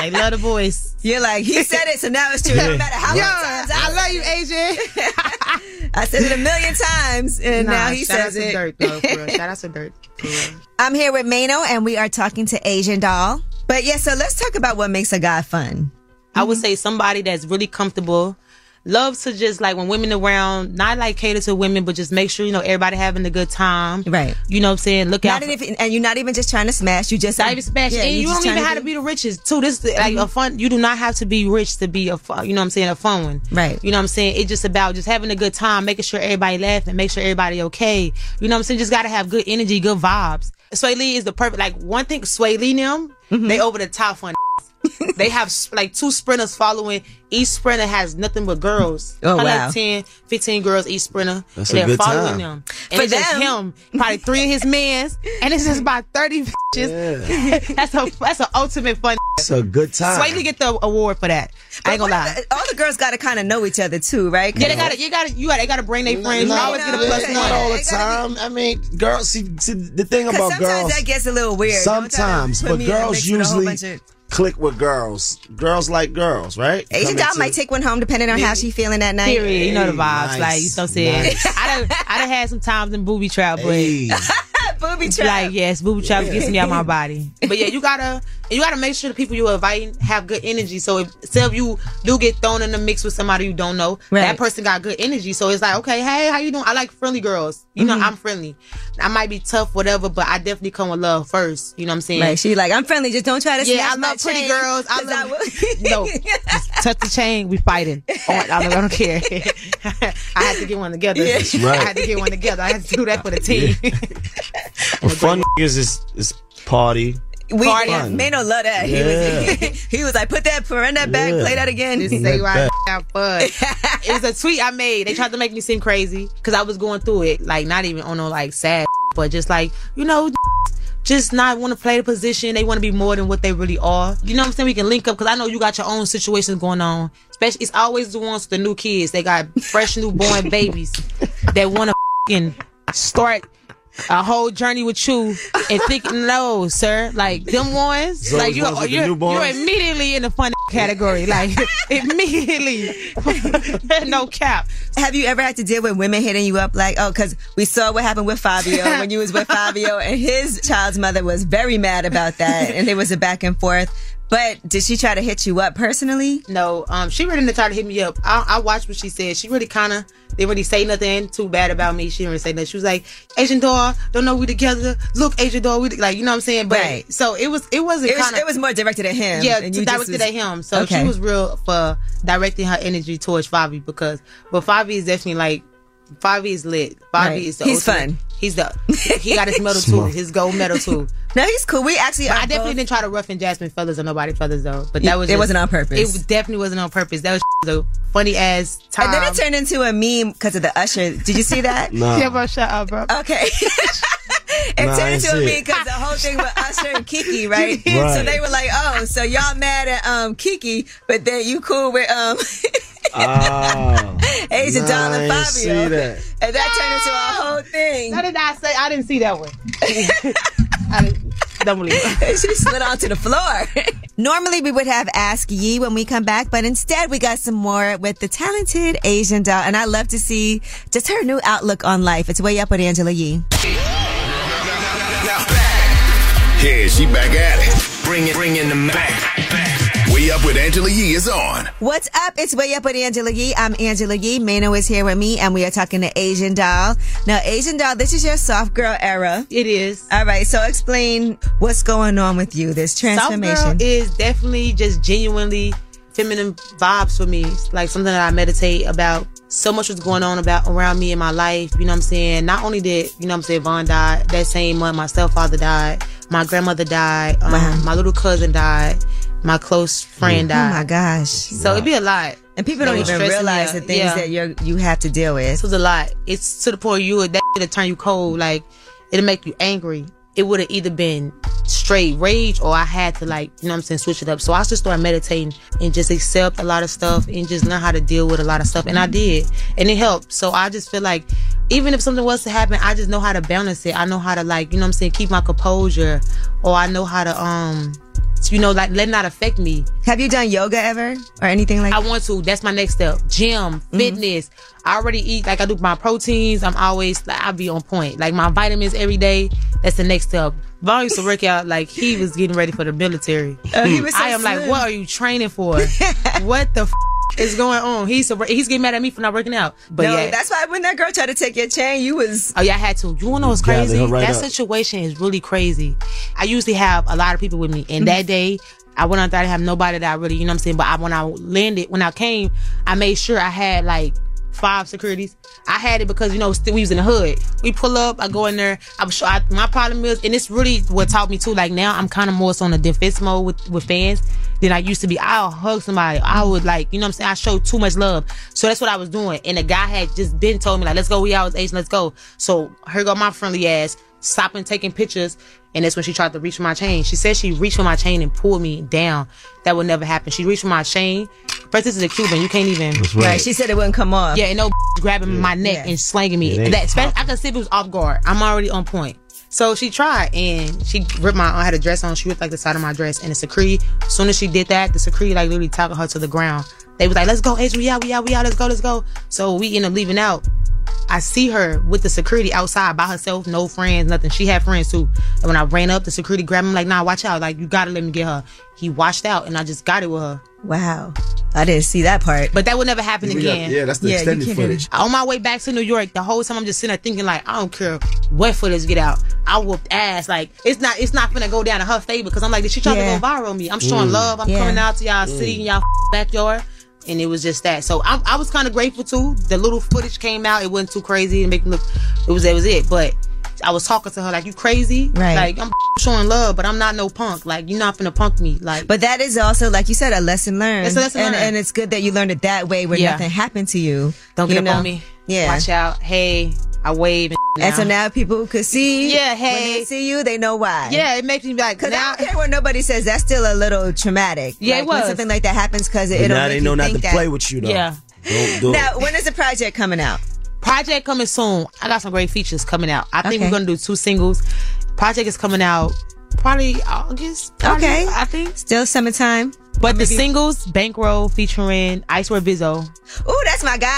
Speaker 25: they love the voice.
Speaker 2: You're like he said it, so now it's true. No
Speaker 25: Yeah.
Speaker 2: matter how
Speaker 25: Yeah,
Speaker 2: many times I love you,
Speaker 25: Asian.
Speaker 2: I said it a million times, and
Speaker 25: Nah,
Speaker 2: now he
Speaker 25: shout out
Speaker 2: says
Speaker 25: to
Speaker 2: it.
Speaker 25: Dirk, though, for real. Shout out to Dirk.
Speaker 2: I'm here with Mano, and we are talking to Asian Doll. But yeah, so let's talk about what makes a guy fun.
Speaker 25: I would say somebody that's really comfortable, loves to just like when women around, not like cater to women, but just make sure you know everybody having a good time.
Speaker 2: Right.
Speaker 25: You know what I'm saying? Look out.
Speaker 2: Not even, and you're not even just trying to smash. You just
Speaker 25: Not even smash.
Speaker 2: Yeah,
Speaker 25: and
Speaker 2: you
Speaker 25: you,
Speaker 2: just
Speaker 25: don't even
Speaker 2: tryna
Speaker 25: have to
Speaker 2: be-
Speaker 25: be the richest too. This is like a fun. You do not have to be rich to be a fun. You know what I'm saying? A fun one.
Speaker 2: Right.
Speaker 25: You know what I'm saying? It's just about just having a good time, making sure everybody laughing, make sure everybody okay. You know what I'm saying? Just gotta have good energy, good vibes. Sway Lee is the perfect. Like one thing, Sway Lee and them,
Speaker 2: Mm-hmm.
Speaker 25: they over the top one. they have s- like two sprinters following. Each sprinter has nothing but girls.
Speaker 2: Oh,
Speaker 25: Probably like
Speaker 2: wow.
Speaker 25: 10, 15 girls each sprinter.
Speaker 2: That's a
Speaker 25: They're
Speaker 2: good
Speaker 25: following
Speaker 2: time.
Speaker 25: them. And
Speaker 2: For
Speaker 25: it's just
Speaker 2: them.
Speaker 25: him, probably three of his mans, and it's just about 30 bitches. that's a that's an ultimate fun.
Speaker 24: It's a good time.
Speaker 25: Sway Lee get the award for that. I ain't gonna lie.
Speaker 2: All the girls got to kind of know each other too, right?
Speaker 25: Yeah, they gotta, you gotta, you gotta, they gotta bring their friends.
Speaker 2: no,
Speaker 25: You always get a
Speaker 2: no,
Speaker 25: plus
Speaker 2: they-
Speaker 25: one.
Speaker 2: not all the
Speaker 24: time. I mean, girls. See, see the thing
Speaker 2: 'Cause
Speaker 24: about
Speaker 2: sometimes
Speaker 24: girls.
Speaker 2: that gets a little weird. Don't try to
Speaker 24: Sometimes,
Speaker 2: put
Speaker 24: but
Speaker 2: me in a
Speaker 24: girls
Speaker 2: mix with a whole
Speaker 24: usually
Speaker 2: bunch of-
Speaker 24: click with girls. Girls like girls, right?
Speaker 2: Asian
Speaker 24: Come
Speaker 2: Doll
Speaker 24: into-
Speaker 2: might take one home depending on how she feeling that night.
Speaker 25: Period. You know the vibes.
Speaker 24: Nice,
Speaker 25: Like you so said.
Speaker 24: nice.
Speaker 25: I done, I done had some times in booby trap, but
Speaker 24: Hey.
Speaker 2: booby
Speaker 25: trap. Like yes, booby trap
Speaker 24: Yeah.
Speaker 25: gets me out my body. But yeah, you gotta you got to make sure the people you're inviting have good energy. So if say if you do get thrown in the mix with somebody you don't know,
Speaker 5: Right.
Speaker 25: that person got good energy. So it's like, okay, hey, how you doing? I like friendly girls. You
Speaker 2: Mhm.
Speaker 25: know, I'm friendly. I might be tough, whatever, but I definitely come with love first. You know what I'm saying?
Speaker 2: Like she like I'm friendly, just don't try to.
Speaker 25: Yeah, I
Speaker 2: snatch my
Speaker 25: love pretty
Speaker 2: chain,
Speaker 25: girls. I
Speaker 2: 'cause
Speaker 25: love.
Speaker 2: will-
Speaker 25: no, Just touch the chain. We fighting. Oh, I, don't, I don't care. I had to get one together.
Speaker 24: Yeah. That's right.
Speaker 25: I had to get one together. I had to do that for the team.
Speaker 24: Well, fun niggas is is party.
Speaker 2: We
Speaker 24: Party.
Speaker 2: yeah, Mano love that. He was he was like, put that run that back,
Speaker 25: Yeah.
Speaker 2: play that again.
Speaker 25: Just say why I have fun. it was a tweet I made. They tried to make me seem crazy because I was going through it, like not even on no like sad, but just like you know, just not want to play the position. They want to be more than what they really are. You know what I'm saying? We can link up because I know you got your own situations going on. Especially, it's always the ones with the new kids. They got fresh newborn babies that want to and start. A whole journey with you and think no, sir. Like them ones,
Speaker 24: Those
Speaker 25: like you,
Speaker 24: ones with the
Speaker 25: you're, you're
Speaker 24: newborns?
Speaker 25: immediately in the fun category. Like immediately, no cap.
Speaker 2: Have you ever had to deal with women hitting you up like, oh, because we saw what happened with Fabio when you was with Fabio, and his child's mother was very mad about that, and there was a back and forth. But did she try to hit you up personally?
Speaker 25: No, um, she really didn't try to hit me up. I, I watched what she said. She really kind of didn't really say nothing too bad about me. She didn't really say nothing. She was like, "Asian doll, don't know we together. Look, Asian doll, we t-" like you know what I'm saying." But
Speaker 2: Right.
Speaker 25: so it was it wasn't
Speaker 2: It was-
Speaker 25: kind
Speaker 2: it was more directed at him,
Speaker 25: Yeah,
Speaker 2: and
Speaker 25: to
Speaker 2: you just
Speaker 25: directed
Speaker 2: was-
Speaker 25: at him. So
Speaker 2: Okay.
Speaker 25: she was real for directing her energy towards Fabi because, but Fabi is definitely like. Fabi is lit. Fabi
Speaker 2: Right.
Speaker 25: is the
Speaker 2: He's
Speaker 25: ultimate-
Speaker 2: fun.
Speaker 25: He's the he got his medal too,
Speaker 2: Smart.
Speaker 25: his gold medal too.
Speaker 2: No, he's cool. We actually.
Speaker 25: I definitely didn't try to rough and Jasmine feathers or nobody feathers though. But that
Speaker 2: It-
Speaker 25: was
Speaker 2: it
Speaker 25: just-
Speaker 2: wasn't on purpose.
Speaker 25: It was- definitely wasn't on purpose. That was the funny ass time.
Speaker 2: And then it turned into a meme because of the usher. Did you see that?
Speaker 25: No. Yeah,
Speaker 2: bro,
Speaker 25: shut up, bro.
Speaker 2: Okay. it
Speaker 25: Nah, I
Speaker 2: turned into a
Speaker 25: see
Speaker 2: meme
Speaker 25: it.
Speaker 2: because the whole thing with Usher and Kiki, right?
Speaker 25: Right.
Speaker 2: So they were like, oh, so y'all mad at um Kiki, but then you cool with um
Speaker 25: Uh,
Speaker 24: Oh,
Speaker 2: Asia
Speaker 25: Nah,
Speaker 2: Doll and
Speaker 25: I ain't see
Speaker 2: Fabio.
Speaker 25: that.
Speaker 2: And that turned into a whole thing.
Speaker 25: Ah. How did I say? I didn't see that one. I didn't, don't believe it.
Speaker 2: she slid onto the floor. Normally we would have Ask Yi when we come back, but instead we got some more with the talented Asian doll. And I love to see just her new outlook on life. It's way up with Angela Yee.
Speaker 4: Yeah, she back at it. Bring it, bring in the back. Way Up with Angela Yee is on.
Speaker 2: What's up? It's Way Up with Angela Yee. I'm Angela Yee. Mano is here with me, and we are talking to Asian Doll. Now, Asian Doll, this is your soft girl era.
Speaker 25: It is.
Speaker 2: All right, so explain what's going on with you, this transformation.
Speaker 25: Soft girl is definitely just genuinely feminine vibes for me. It's Like something that I meditate about. So much was going on about around me in my life. You know what I'm saying? Not only did you know what I'm saying Vaughn died that same month, my stepfather died, my grandmother died, um,
Speaker 2: Wow.
Speaker 25: my little cousin died, my close friend
Speaker 2: Oh
Speaker 25: died.
Speaker 2: my gosh!
Speaker 25: So it'd be a lot.
Speaker 2: And people don't
Speaker 25: It was
Speaker 2: even
Speaker 25: stressing me
Speaker 2: realize
Speaker 25: out.
Speaker 2: the things
Speaker 25: Yeah.
Speaker 2: that you you have to deal with.
Speaker 25: It was a lot. It's to the point you would that it'll turn you cold. Like it'll make you angry. It would have either been straight rage or I had to like, you know what I'm saying, switch it up. So I just started meditating and just accept a lot of stuff and just learn how to deal with a lot of stuff. And I did. And it helped. So I just feel like even if something was to happen, I just know how to balance it. I know how to like, you know what I'm saying, keep my composure. Or I know how to um you know, like let it not affect me.
Speaker 2: Have you done yoga ever or anything like Mm-hmm.
Speaker 25: I want to. That's my next step. Gym, fitness. I already eat like I do my proteins. I'm always like I be on point. Like my vitamins every day. That's the next step. Vaughn used to work out like he was getting ready for the military.
Speaker 2: Oh, he was so
Speaker 25: hmm. I am like,
Speaker 2: slim.
Speaker 25: what are you training for? what the f- is going on? He's a, he's getting mad at me for not working out. But
Speaker 2: no,
Speaker 25: yeah.
Speaker 2: that's why when that girl tried to take your chain, you was
Speaker 25: Oh yeah, I had to. You wanna know what's
Speaker 2: Gathered her
Speaker 25: crazy?
Speaker 2: right
Speaker 25: that
Speaker 2: up.
Speaker 25: situation is really crazy. I usually have a lot of people with me, and that day I went out there. I didn't have nobody that I really, you know what I'm saying. But I, when I landed, when I came, I made sure I had like five securities. I had it because you know still, we was in the hood. We pull up, I go in there. I'm sure I, my problem is, and it's really what taught me too. Like now I'm kind of more so on a defense mode with with fans than I used to be. I'll hug somebody. I would like, you know what I'm saying? I showed too much love. So that's what I was doing. And the guy had just been told me, like, let's go, we out, Asian, let's go. So here go my friendly ass, stopping taking pictures. And that's when she tried to reach for my chain. She said she reached for my chain and pulled me down. That would never happen. She reached for my chain. First, this is a Cuban. You can't even.
Speaker 2: That's right. Right, she said it wouldn't come off.
Speaker 25: Yeah, and no grabbing my neck and slanging me.
Speaker 2: It ain't
Speaker 25: That, especially, I could see if it was off guard. I'm already on point. So she tried and she ripped my. I had a dress on. She ripped like the side of my dress and the secrete. As soon as she did that, the secrete like literally tackled her to the ground. They was like, "Let's go, Edge. We out. We out. We out. Let's go. Let's go." So we end up leaving out. I see her with the security outside by herself, no friends, nothing. She had friends too. And when I ran up, the security grabbed me like, nah, watch out. Like, you gotta let me get her. He washed out and I just got it with her.
Speaker 2: Wow. I didn't see that part.
Speaker 25: But that would never happen
Speaker 2: We got-
Speaker 25: again.
Speaker 2: yeah, that's the Yeah, you extended can't do footage.
Speaker 25: On my way back to New York, the whole time I'm just sitting there thinking like, I don't care what footage get out. I whooped ass. Like it's not it's not gonna go down in her favor because I'm like, did she try
Speaker 2: Yeah.
Speaker 25: to go viral me? I'm showing
Speaker 2: Mm.
Speaker 25: love. I'm
Speaker 2: Yeah.
Speaker 25: coming out to y'all
Speaker 2: Mm.
Speaker 25: city and y'all backyard. And it was just that. So I, I was kind of grateful too. The little footage came out. It wasn't too crazy to make me look. It was that was it. But I was talking to her like, you crazy?
Speaker 2: Right.
Speaker 25: Like I'm showing love, but I'm not no punk. Like you're not gonna punk me. Like
Speaker 2: But that is also, like you said, a lesson learned.
Speaker 25: It's a lesson
Speaker 2: and,
Speaker 25: learned.
Speaker 2: and it's good that you learned it that way where
Speaker 25: Yeah.
Speaker 2: nothing happened to you.
Speaker 25: Don't get
Speaker 2: you
Speaker 25: up
Speaker 2: know?
Speaker 25: on me.
Speaker 2: Yeah.
Speaker 25: Watch out. Hey, I wave. And,
Speaker 2: And so now people could see.
Speaker 25: Yeah,
Speaker 2: When
Speaker 25: hey.
Speaker 2: they see you, they know why.
Speaker 25: Yeah, it makes me be like,
Speaker 2: Because
Speaker 25: now-
Speaker 2: I don't care what nobody says. That's still a little traumatic.
Speaker 25: Yeah, it
Speaker 2: Like, when
Speaker 25: was.
Speaker 2: something like that happens because
Speaker 25: But
Speaker 2: it, it'll
Speaker 25: now
Speaker 2: make
Speaker 25: they
Speaker 2: you
Speaker 25: know not
Speaker 2: think
Speaker 25: to
Speaker 2: that-
Speaker 25: play with you, though. Yeah. Don't do it.
Speaker 2: now, when is the project coming out?
Speaker 25: Project coming soon. I got some great features coming out. I think
Speaker 2: Okay.
Speaker 25: we're gonna do two singles. Project is coming out probably August.
Speaker 2: Okay.
Speaker 25: I think
Speaker 2: still summertime.
Speaker 25: But the
Speaker 2: Maybe-
Speaker 25: singles, Bankroll featuring Icewear Bizzo.
Speaker 2: Ooh, that's my guy.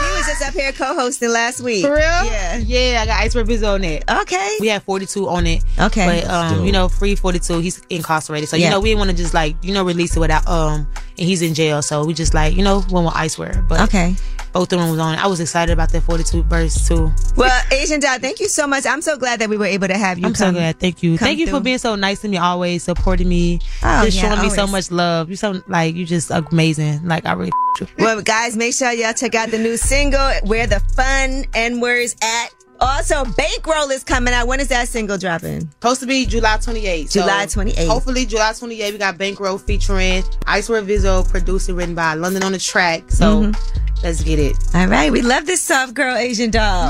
Speaker 2: He was just up here co-hosting last week.
Speaker 25: Ah! For real?
Speaker 2: Yeah.
Speaker 25: Yeah, I got Icewear Bizzo on it.
Speaker 2: Okay.
Speaker 25: We had 42 on it.
Speaker 2: Okay.
Speaker 25: But
Speaker 2: That's
Speaker 25: um,
Speaker 2: dope.
Speaker 25: you know, free 42. He's incarcerated, so
Speaker 2: Yeah.
Speaker 25: you know we didn't want to just like you know release it without um, and he's in jail, so we just like you know one with Icewear. But
Speaker 2: okay,
Speaker 25: both of them was on. it. I was excited about that 42 verse too.
Speaker 2: Well, Asian Dot, thank you so much. I'm so glad that we were able to have you.
Speaker 25: I'm so
Speaker 2: come-
Speaker 25: glad. Thank you.
Speaker 2: come
Speaker 25: Thank you for
Speaker 2: through.
Speaker 25: being so nice to me always, supporting me,
Speaker 2: Oh,
Speaker 25: just
Speaker 2: yeah,
Speaker 25: showing me so
Speaker 2: always.
Speaker 25: much love. You're so like you just amazing. Like I really f- you.
Speaker 2: Well, guys, make sure y'all check out the new single "Where the Fun N Words At." Also, Bankroll is coming out. When is that single dropping?
Speaker 25: Supposed to be July 28th. So,
Speaker 2: July 28th.
Speaker 25: Hopefully, July 28th, we got Bankroll featuring Icewear Vizzo, produced and written by London on the track. So
Speaker 2: Mhm.
Speaker 25: let's get it.
Speaker 2: All right, we love this soft girl Asian doll.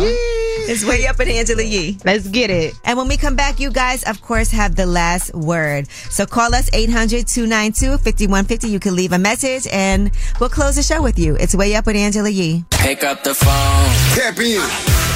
Speaker 2: It's way up at Angela Yee.
Speaker 25: Mm-hmm. Let's get it.
Speaker 2: And when we come back, you guys, of course, have the last word. So call us 800-292-5150. You can leave a message and we'll close the show with you. It's way up with Angela Yee.
Speaker 4: Pick up the phone. Tap in.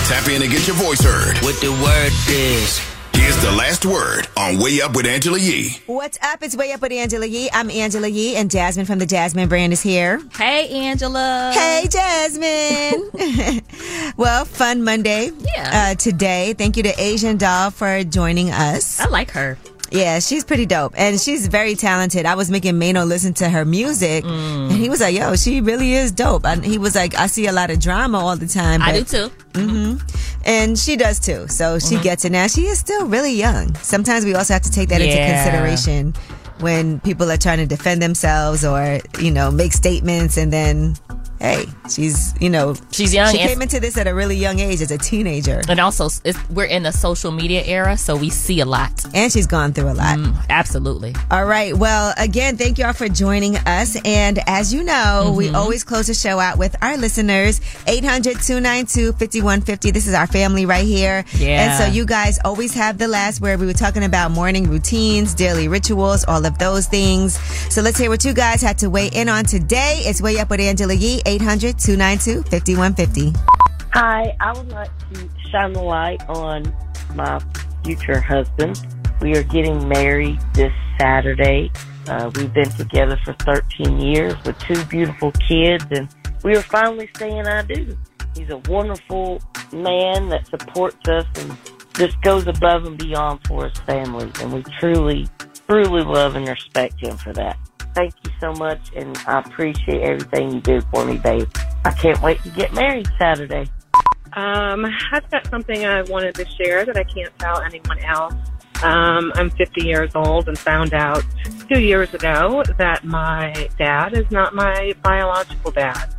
Speaker 4: Tap in and get your voice heard. What the word is. Here's the last word on Way Up with Angela Yee.
Speaker 2: What's up? It's way up with Angela Yee. I'm Angela Yee and Jasmine from the Jasmine brand is here.
Speaker 3: Hey, Angela.
Speaker 2: Hey, Jasmine. well, fun Monday
Speaker 3: Yeah.
Speaker 2: uh, today. Thank you to Asian Doll for joining us.
Speaker 3: I like her.
Speaker 2: Yeah, she's pretty dope and she's very talented. I was making Mano listen to her music
Speaker 3: Mm.
Speaker 2: and he was like, yo, she really is dope. And he was like, I see a lot of drama all the time.
Speaker 3: I do
Speaker 2: but-
Speaker 3: too.
Speaker 2: hmm And she does too. So
Speaker 3: Mm-hmm.
Speaker 2: she gets it now. She is still really young. Sometimes we also have to take that into
Speaker 3: Yeah.
Speaker 2: consideration when people are trying to defend themselves or, you know, make statements and then, hey, she's, you know,
Speaker 3: She's young
Speaker 2: She
Speaker 3: and-
Speaker 2: came into this at a really young age as a teenager.
Speaker 3: And also, it's, we're in the social media era, so we see a lot. Mm,
Speaker 2: And she's gone through a lot.
Speaker 3: absolutely.
Speaker 2: All right. Well, again, thank you all for joining us. And as you know, we always close the show out with our listeners 800 292 5150. This is our family right here.
Speaker 3: Yeah.
Speaker 2: And so you guys always have the last word. We were talking about morning routines, daily rituals, all of those things. So let's hear what you guys had to weigh in on today. It's Way Up with Angela Yee, 800 292 5150.
Speaker 5: Hi, I would like to shine the light on my future husband. We are getting married this Saturday. Uh, we've been together for 13 years with two beautiful kids, and we are finally saying I do. He's a wonderful man that supports us and just goes above and beyond for his family, and we truly, truly love and respect him for that. Thank you so much, and I appreciate everything you do for me, babe. I can't wait to get married Saturday.
Speaker 12: Um, I've got something I wanted to share that I can't tell anyone else. Um, I'm 50 years old and found out two years ago that my dad is not my biological dad.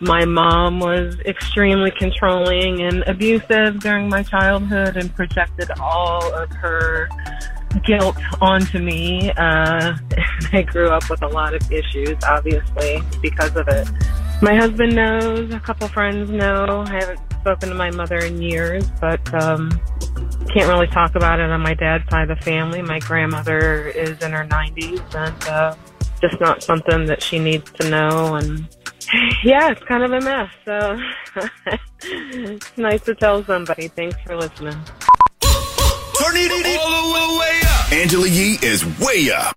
Speaker 12: My mom was extremely controlling and abusive during my childhood and projected all of her guilt onto me. Uh, I grew up with a lot of issues, obviously, because of it. My husband knows, a couple friends know. I haven't spoken to my mother in years, but um, can't really talk about it on my dad's side of the family. My grandmother is in her 90s and uh, just not something that she needs to know. And yeah, it's kind of a mess. So it's nice to tell somebody. Thanks for listening.
Speaker 4: Angela Yee is way up.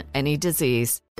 Speaker 26: any disease.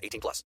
Speaker 13: 18 plus.